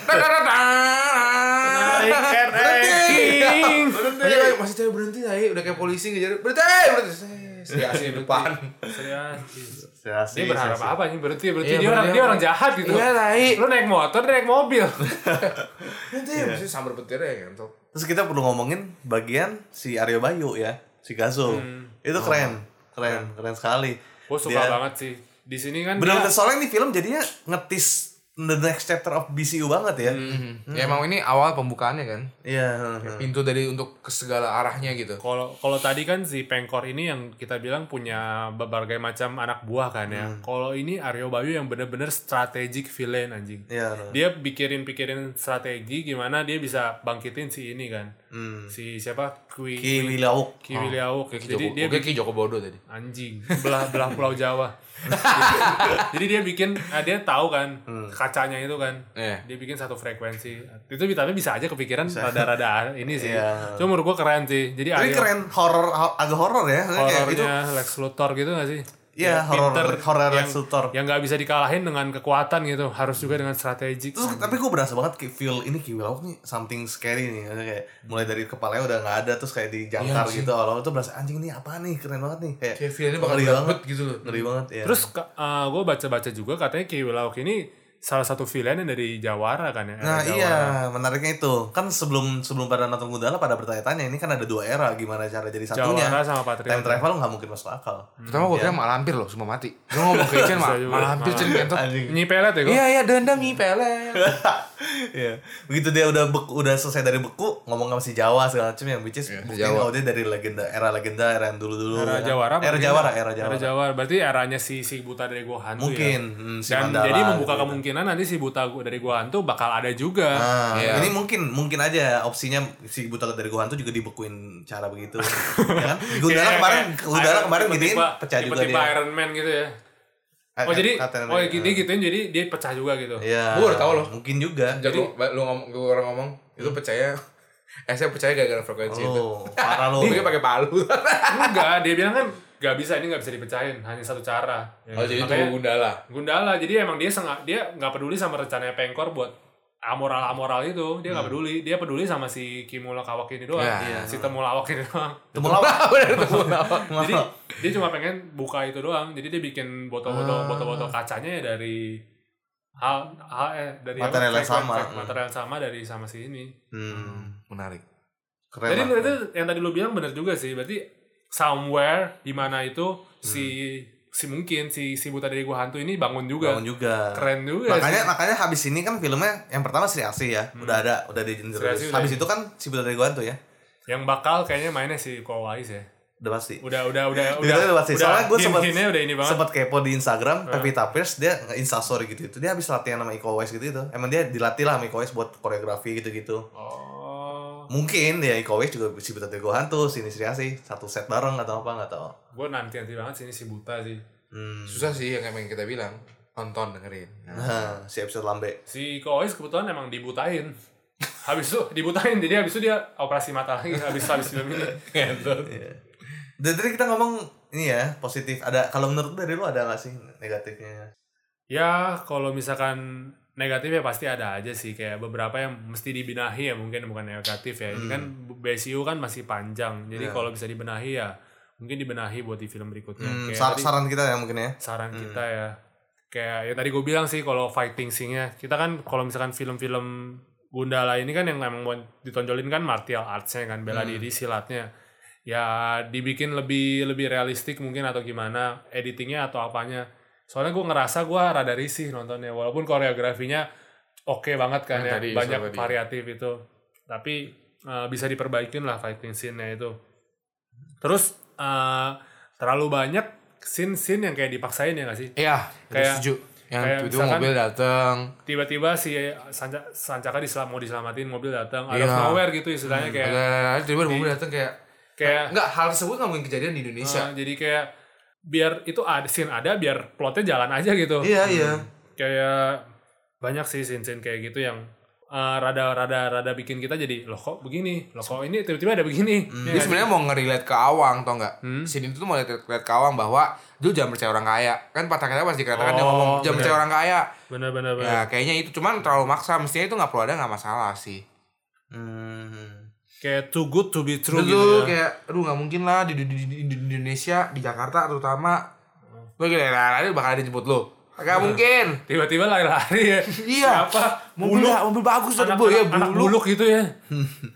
C: Naik
B: Naik trekking.
C: Masih cewek berhenti tai, udah kayak polisi ngejar. Berhenti, berhenti. si asli depan.
B: Serius.
A: Serasi,
B: Dia berharap
A: serasi.
B: apa nih? Berarti berarti
C: Iya,
B: dia orang
C: berarti
B: dia
C: apa?
B: orang jahat gitu.
C: Iya, tai.
B: Lu naik motor, dia naik
C: (laughs)
B: mobil.
C: Nanti ya mesti sambar petirnya ya kan.
A: Terus kita perlu ngomongin bagian si Aryo Bayu ya, si Gazo. Itu keren, keren, keren sekali.
B: Gue Hmm. suka
C: Iya.
A: Dia-
B: banget sih. Di sini kan
A: Benar
B: dia-
A: soalnya ini film jadinya ngetis the next chapter of BCU banget ya.
B: Hmm.
C: Ya emang ini awal pembukaannya kan.
A: Iya. heeh.
C: Pintu dari untuk ke segala arahnya gitu.
B: Kalau kalau tadi kan si Pengkor ini yang kita bilang punya berbagai macam anak buah kan ya.
A: Hmm.
B: Kalau ini Aryo Bayu yang bener-bener strategic villain anjing.
A: Iya.
B: Dia pikirin-pikirin strategi gimana dia bisa bangkitin si ini kan.
A: Hmm.
B: Si siapa? Kui Ki,
A: Kiwi Lauk.
B: Williau.
C: Oke, Oh, Ki
B: Jadi
C: Joko,
B: dia
C: oke, Ki Joko Bodo tadi.
B: anjing belah belah pulau
A: (laughs)
B: Jawa. Jadi dia bikin ah, dia tahu kan
A: Hmm.
B: kacanya itu kan.
C: Iya.
B: Dia bikin satu frekuensi. Itu tapi bisa aja kepikiran rada-rada ini sih.
A: Iya.
B: Cuma menurut gua keren sih. Jadi
A: Tapi
B: Aryo-
A: keren horor ho- agak horor ya. Kayak gitu.
B: horornya Lex Luthor gitu gak sih?
A: Iya,
B: Ya,
A: horor
B: pinter,
A: horor Lex
B: yang-
A: Luthor.
B: Yang nggak bisa dikalahin dengan kekuatan gitu, harus juga dengan strategi.
A: Terus tapi gue berasa banget kayak feel ini Kiwi Lauk nih something scary nih. Maksudnya Kayak mulai dari kepalanya udah nggak ada terus kayak dijangkar
B: Iya
A: gitu. Kalau itu berasa anjing nih apa nih keren banget nih kayak.
C: Kayak feelnya bakal
A: ngeri
C: dapet
A: banget
C: gitu loh.
A: Ngeri banget ya.
B: Terus gue baca-baca juga katanya Kiwi Lauk ini salah satu villain yang dari Jawara kan ya. era
A: Nah
B: Jawara.
A: iya menariknya itu kan sebelum sebelum pada nonton Gundala pada bertanya-tanya ini kan ada dua era gimana cara jadi satunya
B: Jawara sama
A: time
B: Patriot.
A: travel nggak mungkin masuk akal
C: Pertama gue kira malah hampir loh, semua mati. Lu ngomong ke
B: (laughs) Iya.
C: Ichen
B: Bisa
C: malah
B: juga.
C: malah hampir Ichen kentut.
A: anjing
B: Nyipelet ya gua.
C: Iya iya dendam nih pele.
A: (laughs) Iya. begitu dia udah beku, udah selesai dari beku ngomong sama si Jawa segala macam yang which is
C: Iya, si
A: buktiin
C: Jawa.
A: kalau dia dari legenda era legenda era yang dulu dulu
B: Era Jawara.
A: era
B: berarti-
A: Jawara era Jawara
B: Era Jawara. Berarti eranya si si buta dari gua hantu
A: mungkin
B: ya.
A: hmm, si
B: Dan
A: Mandala
B: jadi membuka
A: gitu.
B: kemungkinan nanti si buta gua- dari gua hantu bakal ada juga.
A: Nah,
C: Iya.
A: ini mungkin mungkin aja opsinya si buta dari gua hantu juga dibekuin cara
B: (laughs)
A: begitu ya kan Gundala
B: Kayak-
A: kemarin
B: kayak
A: Gundala
B: Iron-
A: kemarin gituin
B: Iya. tiba-tiba-
A: pecah juga
B: tiba-tiba
A: dia
B: Iron Man gitu ya.
A: Eh,
B: Oh jadi
A: Captain
B: oh
A: America.
B: gitu gituin jadi dia pecah juga gitu.
A: Iya.
C: Gua baru tahu loh.
A: Mungkin
B: (laughs)
A: juga.
C: Jadi lu, lu ngomong gue orang ngomong itu percaya. Eh saya percaya gara-gara frekuensi itu.
A: Oh, parah lo.
B: Iya.
C: Mungkin pakai
B: (laughs)
C: palu.
B: Enggak, dia bilang kan nggak bisa ini nggak bisa dipecahin, hanya satu cara. Ya,
C: Oh jadi
B: makanya
C: tuh gundala.
B: Gundala. Jadi emang dia sengaja dia nggak peduli sama rencananya Pengkor buat amoral amoral itu dia
A: Hmm.
B: nggak peduli dia peduli sama si Kimula Kawak ini doang
C: Ya.
B: si Temulawak ini
A: (laughs)
B: doang (laughs)
C: (laughs)
A: Temulawak.
B: jadi dia cuma pengen buka itu doang jadi dia bikin
A: Ah.
B: botol-botol botol-botol kacanya ya dari hal hal eh dari apa?
A: Material yang
B: Frekuensi-
A: sama.
B: material yang sama dari sama si ini
A: Hmm,
C: Menarik.
A: keren.
B: Jadi
A: lah.
B: itu yang tadi lu bilang benar juga sih. Berarti somewhere di mana itu si si mungkin si si buta dari gua hantu ini bangun juga.
A: Hmm. Bangun juga.
B: Keren juga
A: makanya
B: Iya sih. Hmm.
A: makanya habis ini kan filmnya yang pertama Sri Asih ya. Udah ada, udah di
B: Asih udah.
A: Habis itu kan si Buta dari Guantu ya.
B: Yang bakal kayaknya mainnya si Kowais ya.
A: Udah pasti.
B: Udah udah udah
A: Udah, udah Iya, pasti. Soalnya gue sempat
B: hint-hintnya udah ini banget. Nah.
A: sempat kepo di Instagram Pevita Pierce dia Insta story gitu itu dia habis latihan sama Iko Uwais gitu itu emang dia dilatih lah sama Iko Uwais buat koreografi gitu gitu
B: Oh,
A: mungkin ya Iko Uwais juga si Buta dari Guantu si Sri Asih satu set bareng atau apa nggak tahu
B: gue nanti nanti banget sih ini si buta sih.
A: hmm.
C: Susah sih yang emang kita bilang nonton dengerin.
A: Nah, si episode lambe
B: Si Kowais kebetulan emang dibutain. habis itu dibutain jadi habis itu dia operasi mata lagi habis habis
A: (laughs)
B: film ini.
A: Dan tadi kita ngomong ini ya positif. Ada kalau menurut dari lu ada nggak sih negatifnya?
B: Ya, kalau misalkan negatif ya pasti ada aja sih kayak beberapa yang mesti dibenahi ya mungkin bukan negatif ya. Ini kan
A: Hmm.
B: BCU kan masih panjang. Jadi kalau bisa dibenahi ya mungkin dibenahi buat di film berikutnya.
A: Hmm,
B: kayak
A: sar-
B: tadi
A: saran kita ya mungkin ya.
B: saran kita ya. Kayak ya tadi gue bilang sih kalau fighting scene-nya kita kan kalau misalkan film-film Gundala ini kan yang emang mau ditonjolin kan martial arts-nya kan
A: Hmm.
B: bela diri silatnya. Ya dibikin lebih lebih realistik mungkin atau gimana editingnya atau apanya. Soalnya gue ngerasa gue rada risih nontonnya walaupun koreografinya oke banget kan
C: Yang
B: ya
C: tadi
B: banyak
C: sama dia.
B: variatif itu. Tapi eh, bisa diperbaikin lah fighting scene-nya itu. Terus eh, terlalu banyak scene-scene yang kayak dipaksain ya gak sih?
C: Iya, itu
B: Kayak-
C: setuju. Yang
B: kayak
C: itu
B: misalkan-
C: mobil dateng
B: Tiba-tiba si Sanca, Sancaka diselam, mau diselamatin mobil datang out
C: Iya.
B: of nowhere gitu istilahnya kayak
C: Ada tiba mobil dateng kayak
B: kayak
C: enggak hal tersebut nggak mungkin kejadian di Indonesia.
B: eh, jadi kayak biar itu ada scene ada biar plotnya jalan aja gitu.
A: Iya iya.
B: Kayak banyak sih scene-scene kayak gitu yang eh, rada rada rada bikin kita jadi loh kok begini loh kok ini tiba-tiba ada begini Iya kan?
C: Dia Iya, sebenarnya mau nge-relate ke Awang tau nggak?
B: Hmm?
C: Sini itu tuh mau relate relate ke Awang bahwa dulu jangan percaya orang kaya. Kan patah kata pasti dikatakan dia
B: Oh,
C: ngomong jangan
B: bener.
C: percaya orang kaya. Nah,
B: bener-bener
C: Iya. Ya kayaknya itu cuman terlalu maksa mestinya itu nggak perlu ada nggak masalah sih.
A: Hmm.
B: kayak too good to be true gitu
C: Betul,
B: ya.
C: kayak aduh nggak mungkin lah di, di, di, di- di Indonesia, di Jakarta terutama.
B: Hmm.
C: Lo gila lari bakal ada jemput lo. Gak mungkin.
B: tiba-tiba lari-lari ya
C: Iya.
B: Hmm. siapa
C: Mobil,
B: buluk
C: mobil bagus
B: anak,
C: lah bu, ya
B: anak, anak
C: buluk.
B: buluk gitu ya (laughs)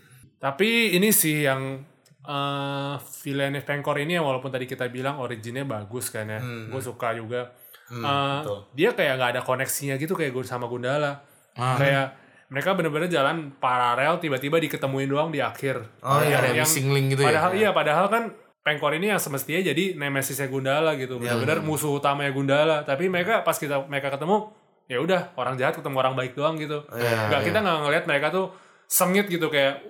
B: tapi ini sih yang eh Villeneuve Pengkor ini yang walaupun tadi kita bilang originnya bagus kan ya gue suka juga Eh,
A: betul.
B: dia kayak nggak ada koneksinya gitu kayak gue sama Gundala kayak mereka bener-bener jalan paralel tiba-tiba diketemuin doang di akhir
A: Oh, iya,
C: ada missing link gitu ya.
B: padahal iya padahal kan Pengkor ini yang semestinya jadi nemesisnya Gundala gitu
C: Iya,
B: bener-bener musuh utamanya Gundala tapi mereka pas kita mereka ketemu ya udah orang jahat ketemu orang baik doang gitu
C: Oh,
A: Iya,
B: nggak kita nggak ngelihat mereka tuh sengit gitu kayak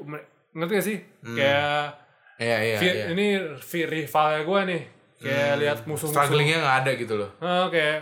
B: ngerti gak sih kayak
C: Iya Hmm. iya.
B: vi-
C: iya. Hmm.
B: ini vi- rivalnya gue nih kayak lihat musuh-musuh
C: Strugglingnya nggak ada gitu loh.
B: Eh, kayak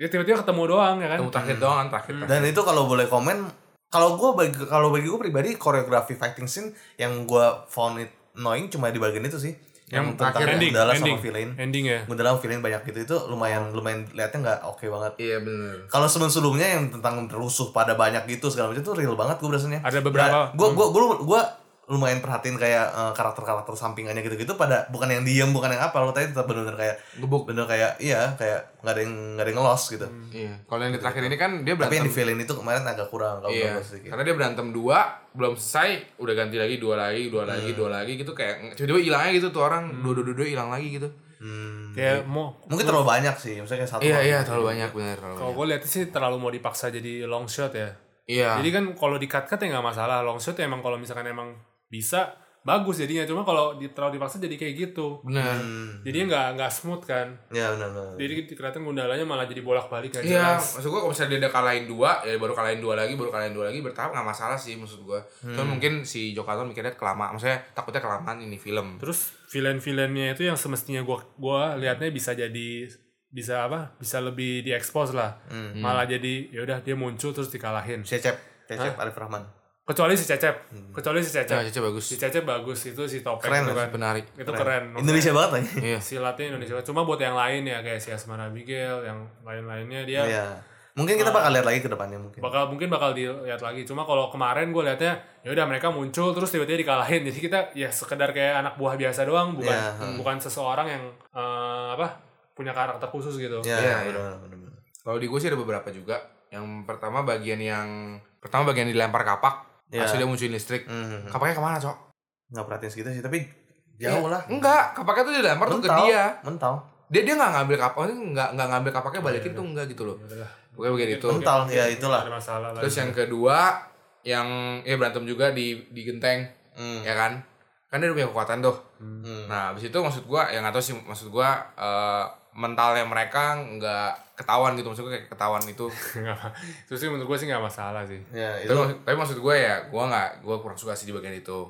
B: ya tiba-tiba ketemu doang ya kan
C: Temu terakhir doang kan terakhir.
B: Hmm.
A: Dan itu kalau boleh komen, kalau gue bagi kalau bagi gue pribadi koreografi fighting scene yang gue found it annoying cuma di bagian itu sih. Yang, tentang
C: akhir
B: ending
A: Gundala
B: ending
A: sama Villain.
B: ending ya
C: Hmm.
A: Gundala sama Villain banyak gitu itu lumayan lumayan liatnya nggak oke banget.
C: Iya benar.
A: Kalau sebelum-sebelumnya yang tentang rusuh pada banyak gitu segala macam itu real banget gue rasanya.
B: Ada beberapa. Hmm.
A: Gue gue gue lumayan perhatiin kayak eh, karakter-karakter sampingannya gitu-gitu pada bukan yang diem bukan yang apa lo tadi tetap bener-bener kayak
C: Gebuk.
A: bener kayak iya kayak nggak ada yang nggak ada yang ngelos gitu.
B: Hmm.
C: Iya. Kalau yang di terakhir ini kan
A: Tapi
C: dia
A: yang
C: berantem.
A: di villain itu kemarin agak kurang kalau
C: Iya.
A: menurut gue sedikit.
C: Karena dia berantem dua, belum selesai, udah ganti lagi dua lagi, dua lagi, dua lagi gitu kayak tiba-tiba hilang aja gitu tuh orang dua dua dua dua hilang lagi gitu.
A: Hmm.
B: kayak mau
A: Mungkin terlalu banyak sih, misalnya kayak satu.
C: Iya
A: orang.
C: iya terlalu banyak benar terlalu
B: kalau
C: banyak.
B: gue lihat sih terlalu mau dipaksa jadi long shot ya
C: Iya.
B: jadi kan kalau di cut cut ya nggak masalah long shot ya emang kalau misalkan emang bisa bagus jadinya cuma kalau di, terlalu dipaksa jadi kayak gitu
C: Benar.
A: Hmm.
B: jadi nggak nggak smooth kan
A: Ya benar benar.
B: jadi kelihatan gundalanya malah jadi bolak-balik aja
C: Iya, maksud gua kalau misalnya dia udah kalahin dua, ya baru kalahin dua lagi, baru kalahin dua lagi bertahap nggak masalah sih maksud gua. Cuman mungkin si Jokato mikirnya kelamaan, maksudnya takutnya kelamaan ini film.
B: Terus villain-villainnya itu yang semestinya gua gua liatnya bisa jadi bisa apa? Bisa lebih diekspos lah. Malah jadi ya udah dia muncul terus dikalahin.
A: Cecep, Cecep Arif Rahman.
B: Kecuali si Cecep. Kecuali si Cecep.
C: Ya, Cece bagus.
B: Si Cecep bagus itu si topeng
A: Keren
B: itu
A: lah,
B: kan.
C: Menarik.
B: Itu keren.
A: Indonesia banget lagi.
C: Iya.
B: Silatnya Indonesia. Cuma buat yang lain ya kayak si Asma Abigail, yang lain-lainnya dia
A: Iya. Mungkin kita bakal lihat lagi ke depannya mungkin.
B: bakal mungkin bakal dilihat lagi. Cuma kalau kemarin gue liatnya ya udah mereka muncul terus tiba-tiba dikalahin. Jadi kita ya sekedar kayak anak buah biasa doang, bukan
A: Iya,
B: bukan seseorang yang eh, apa punya karakter khusus gitu.
A: Iya,
C: Iya,
A: iya,
C: iya.
A: benar benar, benar.
C: Kalau di gua sih ada beberapa juga. Yang pertama bagian yang pertama bagian dilempar kapak,
A: Iya.
C: Terus dia munculin listrik.
A: Hmm.
C: Kapaknya kemana, Cok?
A: Enggak perhatiin segitu sih, tapi jauh lah.
C: Iya. Enggak, kapaknya tuh dilempar tuh ke
A: Mental,
C: dia.
A: Mental.
C: Dia dia nggak ngambil kapak, ini nggak nggak ngambil
A: Iya,
C: kapaknya balikin tuh enggak gitu loh.
B: Ya Udahlah.
C: Pokoknya bagian itu.
A: Mental ya itulah.
B: Ada masalah lagi.
C: Terus yang kedua yang ya berantem juga di di genteng,
A: Hmm.
C: ya kan? Kan dia udah punya kekuatan tuh. Nah, abis itu maksud gua yang atau sih maksud gua eh, mentalnya mereka nggak ketahuan gitu maksud gua kayak ketahuan itu.
B: (laughs)
A: (laughs)
B: Nggak apa- Terus sih menurut gue sih nggak masalah sih.
A: Ya, itu
C: tapi, maksud- tapi maksud gua ya, gua nggak gua kurang suka sih di bagian itu.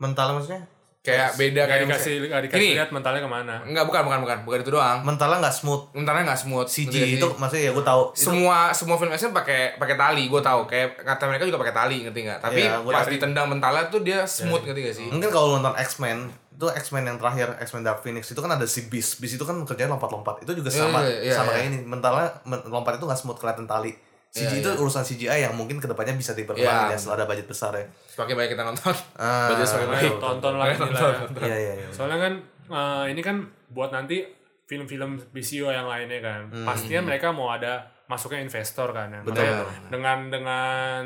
A: mental maksudnya?
C: Kayak
B: Nggak
C: beda Ya, kayak
B: dikasih nggak dikasih
C: Gini.
B: lihat mentalnya kemana.
C: Enggak, bukan bukan bukan, bukan itu doang.
A: Mentalnya nggak smooth.
C: Mentalnya nggak smooth. gitu. Ngerti
A: CG
C: gak sih?
A: itu maksudnya ya gue tahu. Itu-
C: semua semua film action pakai pakai tali gue tahu kayak kata mereka juga pakai tali ngerti nggak tapi
A: Iya, gua
C: pas
A: ngerti.
C: ditendang mentalnya tuh dia smooth ngerti gak sih
A: Mungkin kalau lu nonton X-Men, itu X-Men yang terakhir, X-Men Dark Phoenix itu kan ada si Beast. Beast itu kan kerjanya lompat-lompat. Itu juga
C: Iya,
A: sama
C: iya, iya,
A: sama
C: iya.
A: kayak ini. Mentalnya men- lompat itu nggak smooth kelihatan tali. CG
C: Iya,
A: itu urusan CGI yang mungkin kedepannya bisa
C: Iya.
A: diperkembangkan ya setelah ada budget besar ya.
C: semakin banyak kita nonton
A: Ah,
C: budget semakin
B: Ayo,
C: banyak
B: tonton lagi
C: Tonton,
B: lah ya.
A: Iya iya iya.
B: Soalnya kan eh, ini kan buat nanti film-film BCO yang lainnya kan.
C: Hmm.
B: Pastinya mereka mau ada masuknya investor kan. Yang
A: Betul.
B: mana Dengan dengan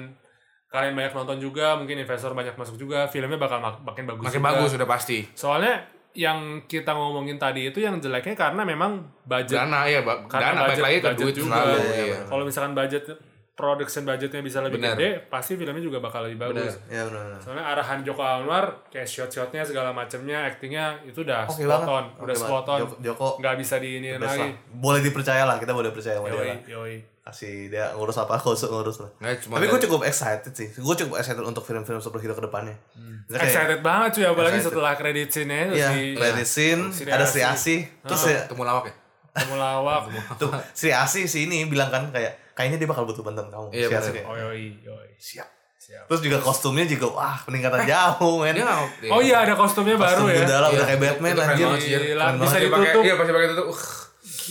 B: kalian banyak nonton juga, mungkin investor banyak masuk juga, filmnya bakal mak- makin bagus.
C: makin
B: juga.
C: bagus sudah pasti
B: Soalnya yang kita ngomongin tadi itu yang jeleknya karena memang budget
C: dana ya ba-
B: karena
C: dana balik
B: budget,
C: lagi ke
B: budget
C: duit
B: juga.
C: selalu
A: Iya,
C: iya.
B: Kalau misalkan budget production budgetnya bisa lebih
C: Benar.
B: gede, pasti filmnya juga bakal lebih bagus.
A: Iya benar. benar.
B: Soalnya arahan Joko Anwar kayak shot-shotnya segala macamnya, actingnya itu udah
A: Oke
B: spot
A: banget.
B: on,
A: Oke
B: udah
A: banget.
B: spot on.
A: Joko- Joko
B: nggak bisa diinin
A: best lah.
B: lagi.
A: Boleh dipercaya lah, kita boleh percaya sama dia
B: Yoi,
A: lah.
B: yoi.
A: Kasih dia ngurus apa, (laughs) ngurus ngurus lah.
C: Nggak,
B: Nah,
C: cuma
A: Tapi gue
C: lihat-
A: cukup excited sih. Gue cukup excited untuk film-film superhero kedepannya.
B: Hmm.
A: Misalnya kayak-
B: Excited banget cuy, apalagi
A: Excited.
B: setelah kredit scene-nya itu
A: Iya,
B: si
A: Lady Sin,
B: Sri
A: ada
B: Asih.
A: Sri Asih, terus ya,
C: temu lawak ya
B: kamu lawak.
C: (laughs)
A: tuh Sri Asih si ini bilang kan kayak kayaknya dia bakal butuh bantuan kamu. Sri
C: Iya, bener.
A: Asih kayak,
B: Oh yoi, yoi.
A: siap.
B: Siap.
A: Terus juga kostumnya juga wah peningkatan jauh men.
C: Eh, dia nggak
B: Oh iya ada kostumnya
A: Kostum
B: baru ya.
A: Gundala
C: Iya,
A: udah kayak
C: itu-
A: Batman
C: itu keren
A: anjir.
C: banget sih,
B: Gila,
A: Keren
B: bisa
A: banget.
C: Dia pakai
B: ditutup.
C: iya pasti pakai tutup uh,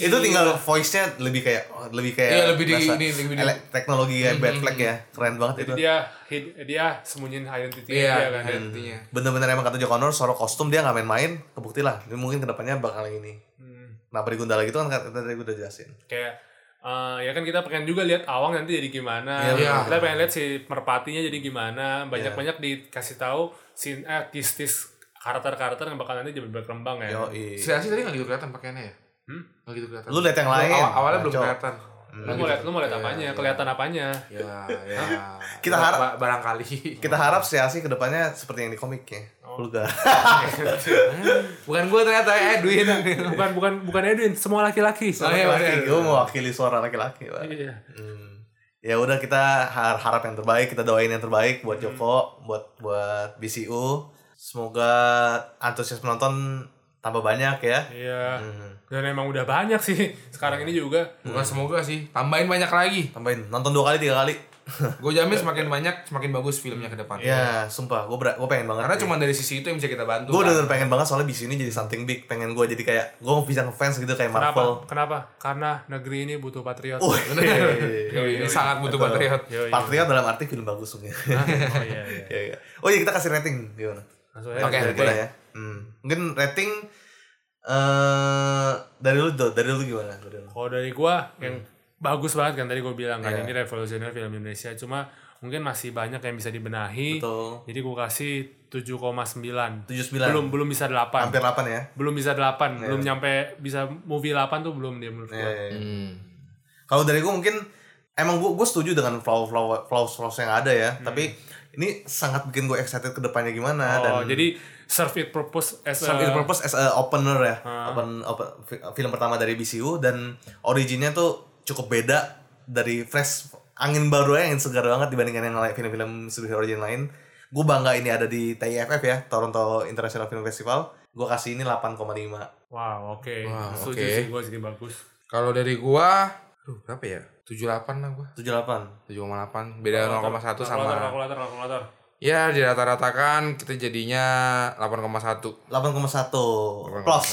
A: itu tinggal voice-nya lebih kayak oh, lebih kayak
C: Iya, lebih di-
A: bahasa
C: ini, lebih di- Mhm,
A: ele- teknologi kayak bad flag ya keren banget itu
B: Jadi dia hid- dia sembunyiin identity
C: Iya,
B: dia kan.
C: identity.
B: dia-
C: Iya.
A: bener-bener emang kata Joko Anwar soal kostum dia nggak main-main kebuktilah Ini mungkin kedepannya bakal yang ini
B: Hmm.
A: nah dari Gundala gitu kan kata tadi gue udah jelasin
B: Kayak eh, ya kan kita pengen juga lihat Awang nanti jadi gimana.
C: Iya.
B: Kita pengen lihat si merpatinya jadi gimana. Banyak-banyak
A: Iya.
B: dikasih tahu sin eh, kistis karakter-karakter yang bakal nanti jadi berkembang ya.
A: yo
C: Si Asi tadi nggak gitu kelihatan pakaiannya ya?
B: Hmm?
C: Nggak gitu kelihatan.
A: Iya. lu lihat yang lain
C: Awal- awalnya belum
A: Ngaco.
C: kelihatan.
B: Lu mau lihat lu mau
A: Iya,
B: lihat apanya? Kelihatan apanya?
C: Ya, ya.
A: Kita
C: Ba-
A: harap-
C: ba- barangkali.
A: kita harap si Asi kedepannya seperti yang di komik ya
C: Oh.
A: vulgar
C: Bukan gua ternyata eh
A: (laughs)
C: Edwin.
B: Bukan bukan bukan Edwin, semua laki-laki.
C: (laughs) Oh, iya,
A: laki
C: bener.
A: gue mewakili suara laki-laki Pak.
B: Iya.
A: Hmm. ya udah kita har- harap yang terbaik kita doain yang terbaik
C: Hmm.
A: buat Joko buat buat BCU semoga antusias penonton tambah banyak ya
B: Iya.
A: Hmm.
B: Dan emang udah banyak sih sekarang ini juga.
C: Bukan semoga sih, tambahin banyak lagi.
A: tambahin nonton dua kali tiga kali (laughs)
C: Gue jamin semakin banyak semakin bagus filmnya ke depan.
A: ya sumpah gue gue pengen banget
C: Iya. Karena cuma dari sisi itu yang bisa kita bantu.
A: gue
C: kan?
A: udah pengen banget soalnya BCU ini jadi something big pengen gue jadi kayak gue bisa ngefans gitu kayak Marvel
B: Kenapa? Kenapa? Karena negeri ini butuh patriot.
A: Wih. (laughs)
C: Yoi, ini Iya, sangat butuh
A: Iya, Betul. Iya.
C: patriot. Ah,
B: Yoi.
A: Patriot dalam arti film bagus maksudnya.
B: Oh iya iya.
A: Ya, ya. Oh (laughs) iya kita kasih rating gimana?
B: Langsung
A: Oke,
B: aja.
C: Oke,
A: dari
C: rating.
A: kita ya. Hmm. Mungkin rating eh dari lu Do. dari lu gimana? Dari lu.
B: Kalau dari gua yang
A: Hmm.
B: bagus banget kan tadi gua bilang kan
A: Iya.
B: ini revolusioner film Indonesia cuma mungkin masih banyak yang bisa dibenahi.
A: Betul.
B: Jadi gua kasih 7,9.
A: 79.
B: Belum belum bisa 8.
A: hampir 8 ya.
B: Belum bisa 8, belum nyampe bisa movie 8 tuh belum dia menurut gua.
A: Ya, ya, ya.
C: Hmm.
A: Kalau dari gua mungkin emang gua gua setuju dengan flaw flaw flaw flaws yang ada ya, tapi ini sangat bikin gue excited ke depannya gimana dan
B: Oh, jadi serve it purpose as a-
A: Serve its Purpose as a opener ya.
C: Ah.
A: Open, open fi- film pertama dari BCU dan originnya tuh cukup beda dari fresh angin baru aja, angin segar banget dibandingkan yang lain film-film superhero origin lain. Gue bangga ini ada di TIFF ya, Toronto International Film Festival. Gue kasih ini 8,5.
B: Wow, oke.
C: Wow,
B: Setuju
C: oke.
B: sih gua jadi bagus.
C: Kalau dari gua, aduh berapa ya? 78 lah gua.
A: 78.
C: 7,8 beda
A: Oh,
C: 0,1
B: Kalkulator,
C: sama
B: kalkulator, kalkulator.
C: ya dirata-ratakan kita jadinya 8,1
A: 8,1 plus.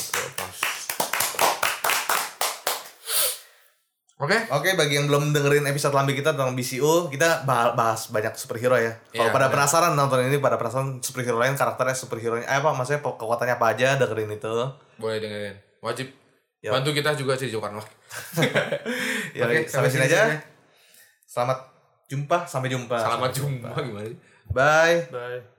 C: Oke,
A: Oke, bagi yang belum dengerin episode lambe kita tentang BCU, kita bah- bahas banyak superhero ya. Kalau
C: Iya,
A: pada
C: benar.
A: penasaran nonton ini, pada penasaran superhero lain, karakternya superhero eh, apa maksudnya pe- kekuatannya apa aja dengerin itu.
C: boleh dengerin. Wajib.
A: Yap.
C: Bantu kita juga sih Jokan Wah.
A: Ya,
C: Oke,
A: sampai
C: sampai
A: sini
C: sini
A: aja.
C: saja.
A: Selamat jumpa, sampai jumpa.
C: Selamat jumpa gimana sih?
A: Bye.
B: Bye.